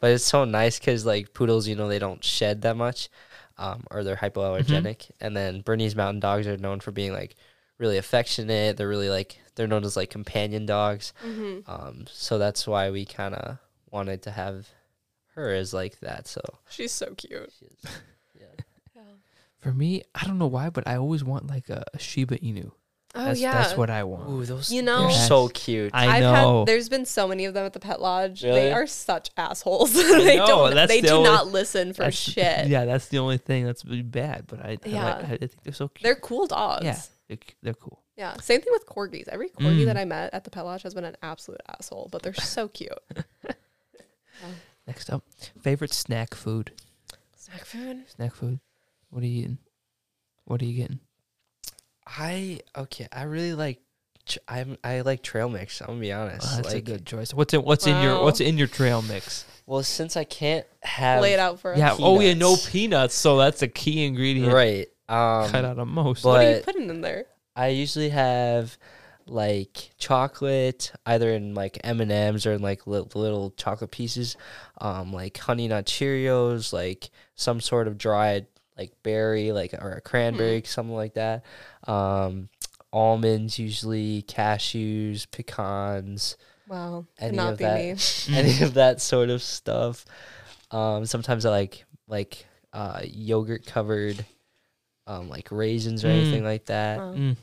but it's so nice because like poodles, you know, they don't shed that much, um, or they're hypoallergenic. And then Bernese Mountain Dogs are known for being like really affectionate. They're really like they're known as like companion dogs. Um, so that's why we kind of wanted to have her as like that. So
she's so cute
For me, I don't know why, but I always want like a, a Shiba Inu.
oh
that's,
yeah
that's what I want.
those
You know-
they're so cute.
I
have
know.
had there's been so many of them at the pet lodge
Really?
they are such assholes they
know,
don't
that's
they
the
do
only-
not listen for
That's-
shit
Yeah, that's the only thing that's really bad. But I, I,
Yeah.
like, I, I think they're so cute.
they're cool dogs
yeah, they're, cu- they're cool.
Yeah. same thing with corgis every corgi
Mm.
that I met at the pet lodge has been an absolute asshole but they're so cute
Next up, favorite snack food.
snack food
Snack food. What are you eating? What are you getting?
I okay. I really like. tr- I'm I like trail mix. I'm gonna be honest.
Oh, that's a
like,
good choice. What's in What's in your
Wow.
What's in your trail mix?
well, since I can't have
lay it out for us
Yeah. Oh yeah, no
Peanuts.
peanuts. So that's a key ingredient
right. Um,
cut out of most.
but-
what are you putting in there
I usually have like chocolate, either in like M and M's or in like li- little chocolate pieces, um, like honey nut Cheerios, like some sort of dried like berry, like or a
Hmm.
cranberry, something like that. Um, almonds usually, cashews, pecans,
Wow.
any
Cannot
of
be
that,
me.
Hmm.
any of that sort of stuff. Um, sometimes I like like uh, yogurt covered, um, like raisins or
Mm.
anything like that.
Wow.
Mm.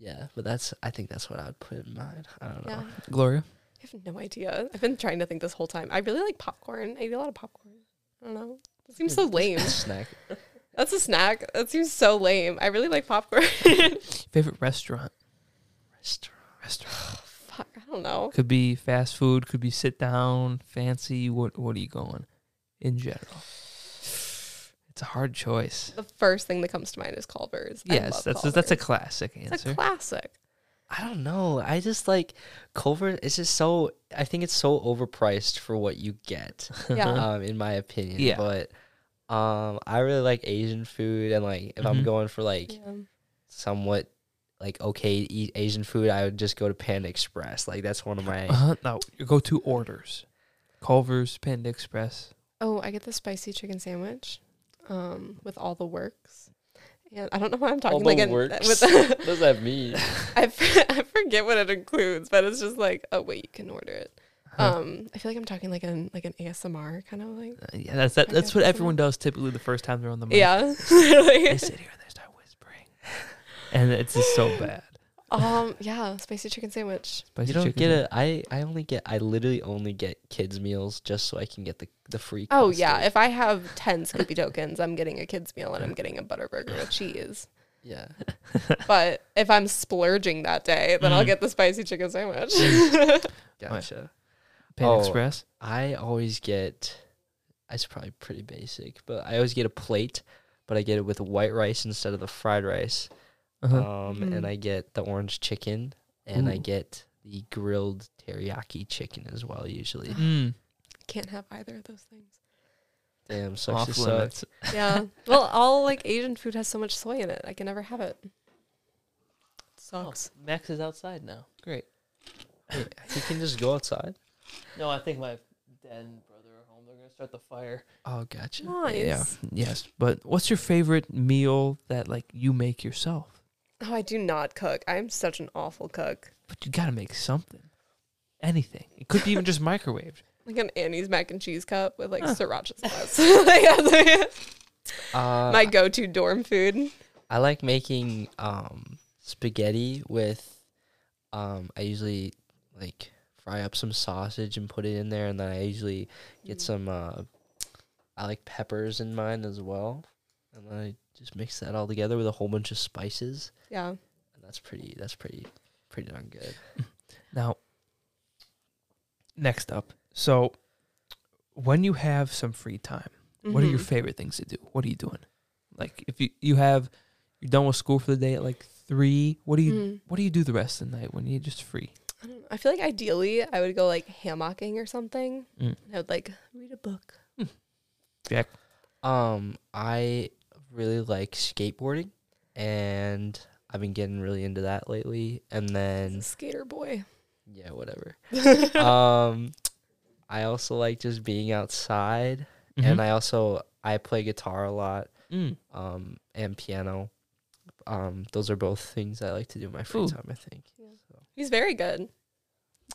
Yeah, but that's I think that's what I would put in mind. I don't
Yeah.
know.
Gloria.
I have no idea. I've been trying to think this whole time. I really like popcorn. I eat a lot of popcorn. I don't know. That seems
Hmm.
so lame.
Snack.
That's a snack. That seems so lame. I really like popcorn.
Favorite restaurant.
Restaurant.
Restaurant
Fuck, I don't know.
could be fast food. Could be sit down, fancy. What What are you going? In general, it's a hard choice.
The first thing that comes to mind is Culver's. I
Yes,
love
that's a, that's a
Culver's.
classic
It's
answer.
a classic.
I don't know. I just like Culver. It's just so. I think it's so overpriced for what you get.
Yeah.
um, in my opinion.
Yeah.
But um, I really like Asian food, and like if I'm
Mhm.
going for like
yeah.
somewhat like okay eat Asian food, I would just go to Panda Express. Like that's one of my.
uh-huh. Now your go-to orders: Culver's, Panda Express.
Oh, I get the spicy chicken sandwich um, with all the works. And I don't know why I'm talking
the
like an- uh,
works.
with
What does that mean?
I, f- I forget what it includes, but it's just like, oh wait, you can order it. Um, I feel like I'm talking like an like an ASMR kind of like
Uh, yeah, that's that,
I
that's
guess
what
so.
everyone does typically the first time they're on the mic.
yeah.
they
Literally.
sit here and they start whispering, and it's just so bad.
Um, yeah, spicy chicken sandwich.
Spicy
you don't
chicken
get
sandwich.
it. I I only get. I literally only get kids meals just so I can get the the free.
Oh
custard.
yeah, if I have ten Scoopy tokens, I'm getting a kids meal and I'm getting a butterburger with cheese.
yeah.
But if I'm splurging that day, then
Mm.
I'll get the spicy chicken sandwich.
Gotcha.
Pan
Oh.
Express.
I always get. It's probably pretty basic, but I always get a plate, but I get it with white rice instead of the fried rice.
Uh-huh.
Um, and I get the orange chicken, and I
Ooh.
get the grilled teriyaki chicken as well. Usually,
Mm.
Can't have either of those things.
damn, sucks to
Off
suck.
limits.
Yeah. Well, all like Asian food has so much soy in it. I can never have it.
Oh,
Sucks.
Max is outside now. Great.
You can just go outside.
No, I think my dad and brother are home. They're gonna start the fire.
Oh, gotcha.
Nice.
Yeah. Yes. But what's your favorite meal that like you make yourself?
Oh, I do not cook. I'm such an awful cook.
But you gotta make something. Anything. It could be even just microwaved.
Like an Annie's mac and cheese cup with like
Huh.
sriracha sauce. Like,
Uh,
My go-to dorm food.
I like making um spaghetti with um I usually like fry up some sausage and put it in there and then I usually get some uh I like peppers in mine as well. And then I just mix that all together with a whole bunch of spices.
Yeah.
And that's pretty that's pretty pretty darn good.
Now next up. So when you have some free time, what are your
Mhm.
favorite things to do? What are you doing? Like if you, you have you're done with school for the day at like three, what do you
Mm.
what do you do the rest of the night when you're just free?
I don't know. I feel like ideally I would go like hammocking or something.
Mm.
I would like read a book.
Um I really like skateboarding and I've been getting really into that lately and
As a
then
skater boy.
yeah, whatever. um, I also like just being outside,
Mm-hmm.
and I also I play guitar a lot,
Mm.
um, and piano. Um, those are both things I like to do in my free
Ooh.
time. I think.
He's very good.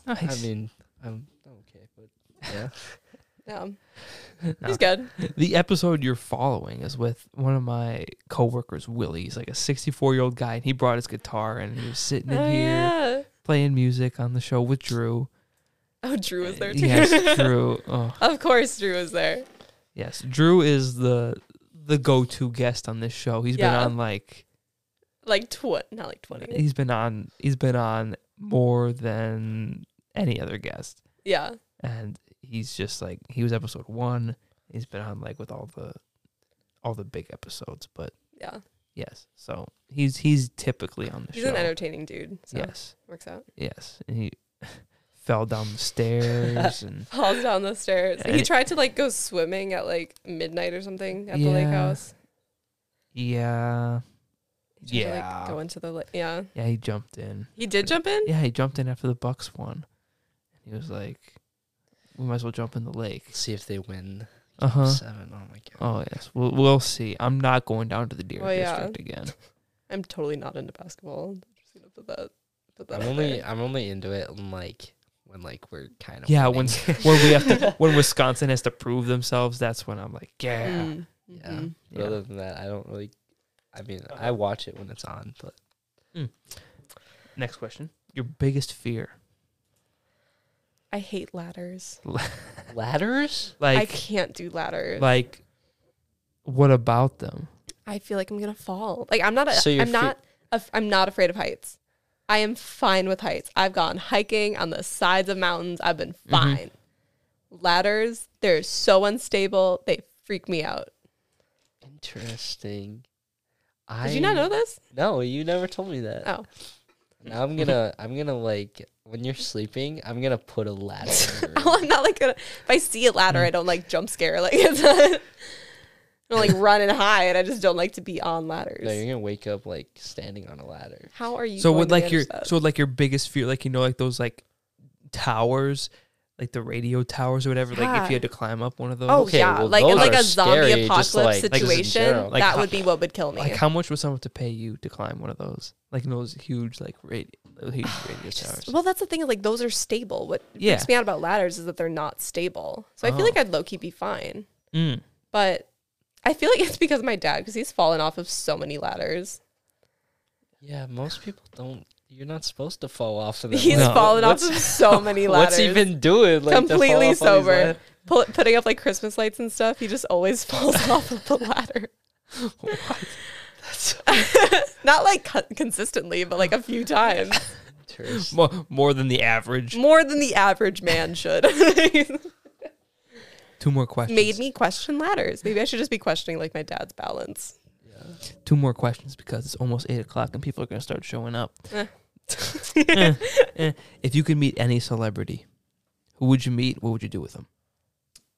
Nice.
I mean, I'm okay, but yeah,
Yeah.
No.
He's good.
the episode you're following is with one of my coworkers, Willie. He's like a 64 year old guy, and he brought his guitar and he was sitting in
Oh,
here
yeah.
playing music on the show with Drew.
Oh, Drew was there too.
yes, Drew. Oh,
of course, Drew was there.
yes, Drew is the the go to guest on this show. He's been
Yeah.
on like
Like tw- not like twenty.
he's been on he's been on more than any other guest,
Yeah.
and he's just like he was episode one. He's been on like with all the all the big episodes, but
Yeah.
yes, so he's he's typically on the
He's
show.
an entertaining dude. So
Yes,
works out.
yes. And he fell down the stairs and
Falls down the stairs.
Yeah,
he
and-
tried to like go swimming at like midnight or something at the lake
Yeah.
house.
yeah,
He tried to,
Yeah.
like go into the lake. Yeah.
yeah. He jumped in.
He did jump in?
Yeah, he jumped in after the Bucks won. He was like, "We might as well jump in the lake."
see if they win
Uh huh.
seven. Oh my god.
Oh yes, we'll we'll see. I'm not going down to the Deer
Well, yeah.
District again.
I'm totally not into basketball. Just gonna put that put that
I'm
out
only
there.
I'm only into it when like when like we're kind of
Yeah, when when we have to when Wisconsin has to prove themselves, that's when I'm like, yeah,
Mm,
Yeah.
mhm.
yeah.
But
Uh-huh.
Other than that, I don't really. I mean, I watch it when it's on, but
Next question. Your biggest fear,
I hate ladders.
ladders.
I
like
can't do ladders.
like, what about them?
I feel like I'm gonna fall. Like I'm not. A,
So you're
I'm
fe-
not. A, I'm not afraid of heights. I am fine with heights. I've gone hiking on the sides of mountains. I've been
Mm-hmm.
fine. Ladders, they're so unstable. They freak me out.
Interesting.
Did you not know this?
No, you never told me that.
Oh,
Now I'm gonna, I'm gonna like when you're sleeping, I'm gonna put a ladder. in your
well,
room.
I'm not like gonna, if I see a ladder,
Mm.
I don't like jump scare. Like it's not, I don't like run and hide. I just don't like to be on ladders.
no, you're gonna wake up like standing on a ladder.
How are you?
so
going
would
to
like
manage
your
that?
so would, like your biggest fear, like you know, like those like towers, like the radio towers or whatever. Like if
Yeah.
you had to climb up one of those.
Oh
okay,
yeah,
well,
like in
those
like
are
a zombie
scary,
apocalypse
just like- like just in
situation,
general.
Like,
that
how-
would be what would kill me.
Like how much would someone have to pay you to climb one of those? Like those huge like radio, huge radio towers.
Well, that's the thing. Like those are stable. What
Yeah.
freaks me out about ladders is that they're not stable. So I
Oh.
feel like I'd low key be fine.
Mm.
But I feel like it's because of my dad because he's fallen off of so many ladders.
Yeah, most people don't you're not supposed to fall off of them.
He's
No.
fallen off
what's-
of so many ladders.
What's he been doing? Like, to fall
completely
off all these
sober,
ladders?
Pull, putting up like Christmas lights and stuff. He just always falls off of the ladder. Not like co- consistently, but like a few times,
Tourist.
More, more than the average.
more than the average man should.
Two more questions.
Made me question ladders. Maybe I should just be questioning like my dad's balance.
Two more questions because it's almost eight o'clock and people are gonna start showing up.
Eh.
Eh, eh. If you could meet any celebrity, who would you meet? What would you do with them?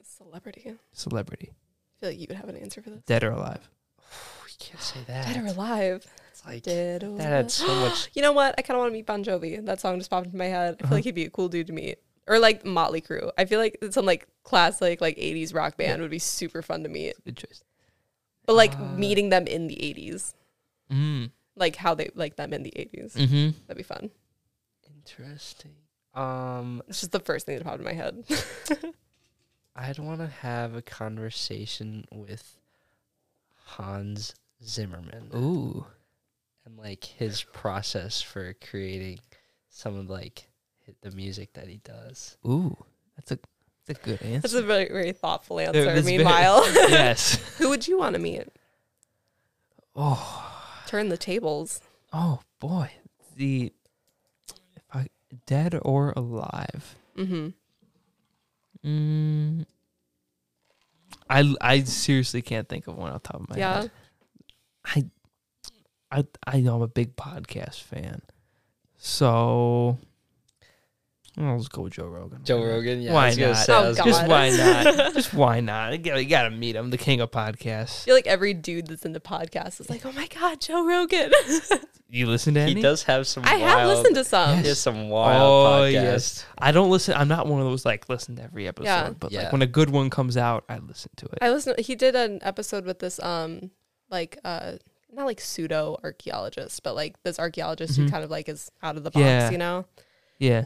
Celebrity. I
Celebrity,
feel like you would have an answer for this.
dead or alive?
We can't say that.
Dead or alive.
It's like, that
Dead or
had so much.
You know what? I kind of want to meet Bon Jovi. That song just popped into my head. I feel
Uh-huh.
like he'd be a cool dude to meet, or like Motley Crue. I feel like some like classic like '80s rock band would be super fun to meet.
Good choice.
But like
Ah.
meeting them in the '80s,
Mm.
like how they like them in the
Mm.
'80s,
Mm-hmm.
that'd be fun.
Interesting. Um,
It's just the first thing that popped in my head.
I'd want to have a conversation with Hans Zimmerman
Ooh.
and like his process for creating some of like hi- the music that he does.
Ooh. That's a that's a good answer.
That's a very very thoughtful
It
answer.
was very-
Meanwhile,
yes.
who would you want to meet?
Oh.
Turn the tables.
Oh boy. The if I dead or alive.
Mm-hmm.
Mm. I I seriously can't think of one off the top of my
yeah.
head. I I know I'm a big podcast fan, so I'll just go with Joe Rogan.
Joe Rogan, yeah,
Why
I was gonna
not?
say, I
Oh,
was
God.
gonna-
Just why not? just why not? You gotta, you gotta meet him, the king of
I
podcasts.
feel like every dude that's into podcasts is like, oh my god, Joe Rogan.
You listen to
he
any?
does have some.
I have
wild-
listened to some.
He has some
Oh
wild podcasts.
yes. I don't listen. I'm not one of those like listen to every episode,
Yeah.
but
Yeah.
like when a good one comes out, I listen to it.
I listened. He did an episode with this, um, like, uh, not like pseudo archaeologist, but like this archaeologist
Mhm.
who kind of like is out of the box,
Yeah.
you know,
yeah.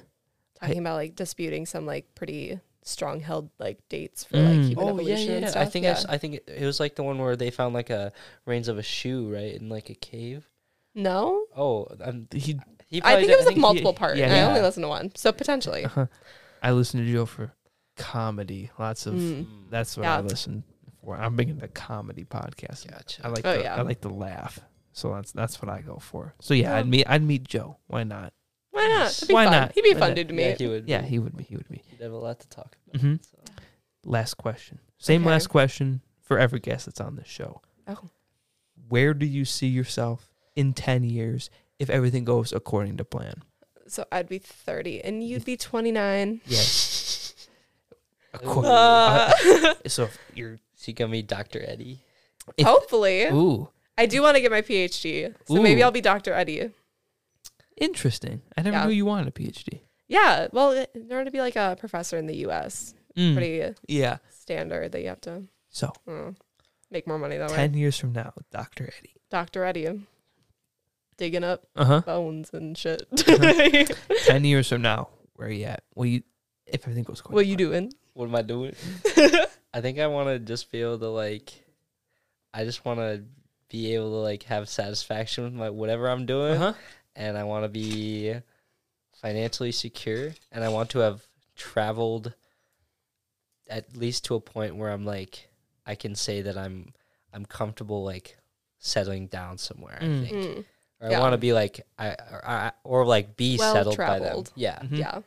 talking about like disputing some like pretty strong held like dates for
Mm.
like human
Oh yeah,
evolution
yeah.
and
yeah.
stuff.
I think I, s- I think it, it was like the one where they found like a reins of a shoe, right, in like a cave.
no,
Oh, um,
He.
he
I
probably
think
did-
it was a multiple
he-
part.
yeah,
and I
yeah.
only listened to one, so potentially.
uh-huh. I listen to Joe for comedy. Lots of
Mm.
Hmm.
that's what I
Yeah.
listen for. I'm big into comedy podcasts.
Gotcha.
I like
Oh,
the,
yeah.
I like to laugh. So that's that's what I go for. So yeah, I'd
Yeah.
meet I'd meet Joe. Why not?
Why not? That'd be
Why
fun.
not?
He'd be a
Why
fun
not?
dude to
yeah,
meet.
he would.
Yeah,
be-
he would be he would be.
he'd have a lot to talk about.
hmm
so.
Last question. Same
Okay.
last question for every guest that's on this show.
Oh.
Where do you see yourself in ten years if everything goes according to plan?
So I'd be thirty, and you'd be twenty nine.
Yes. according.
Uh,
so if you're
Is he gonna be Dr. Eddie?
if-
hopefully,
ooh
I do want to get my PhD, so maybe
Ooh.
I'll be Dr. Eddie.
interesting. I never
Yeah.
knew you wanted a PhD.
Yeah, well, in order to be like a professor in the U.S.,
Mm,
pretty
yeah.
standard that you have to
So
mm, make more money though, right?
ten years from now, Doctor Eddie.
Doctor Eddie, digging up
Uh huh.
bones and shit.
Ten years from now, where are you at? What you, if everything goes according
what
to
you doing?
What am I doing? I think I want to just be able to like. I just want to be able to like have satisfaction with my whatever I'm doing,
Uh-huh.
and I want to be financially secure, and I want to have traveled at least to a point where I'm like I can say that I'm I'm comfortable like settling down somewhere.
Mm.
I think,
Mm,
or I
yeah.
want to be like I or, I or like be
Well
settled by them.
traveled. Mm-hmm.
Yeah,
Mhm.
Yeah,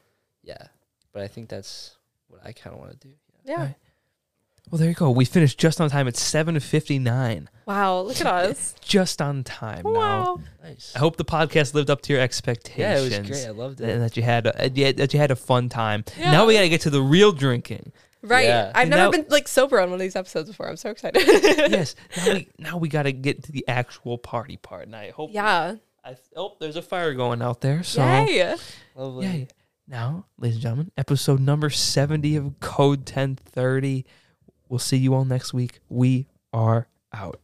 yeah. But I think that's what I kind of want to do.
yeah.
Right. Well, there you go. We finished just on time. It's seven fifty nine.
Wow, look at us.
Just on time. Now.
Wow.
Nice.
I hope the podcast lived up to your expectations.
Yeah, it was great. I loved
And
it.
that you had, uh, yeah, that you had a fun time.
Yeah.
Now we gotta get to the real drinking.
Right.
Yeah.
I've never
Now-
been like sober on one of these episodes before. I'm so excited.
yes. Now we now we gotta get to the actual party part. And I hope.
yeah.
I, oh, there's a fire going out there. So.
Yay.
Lovely.
Yay. Now, ladies and gentlemen, episode number 70 of Code 1030. We'll see you all next week. We are out.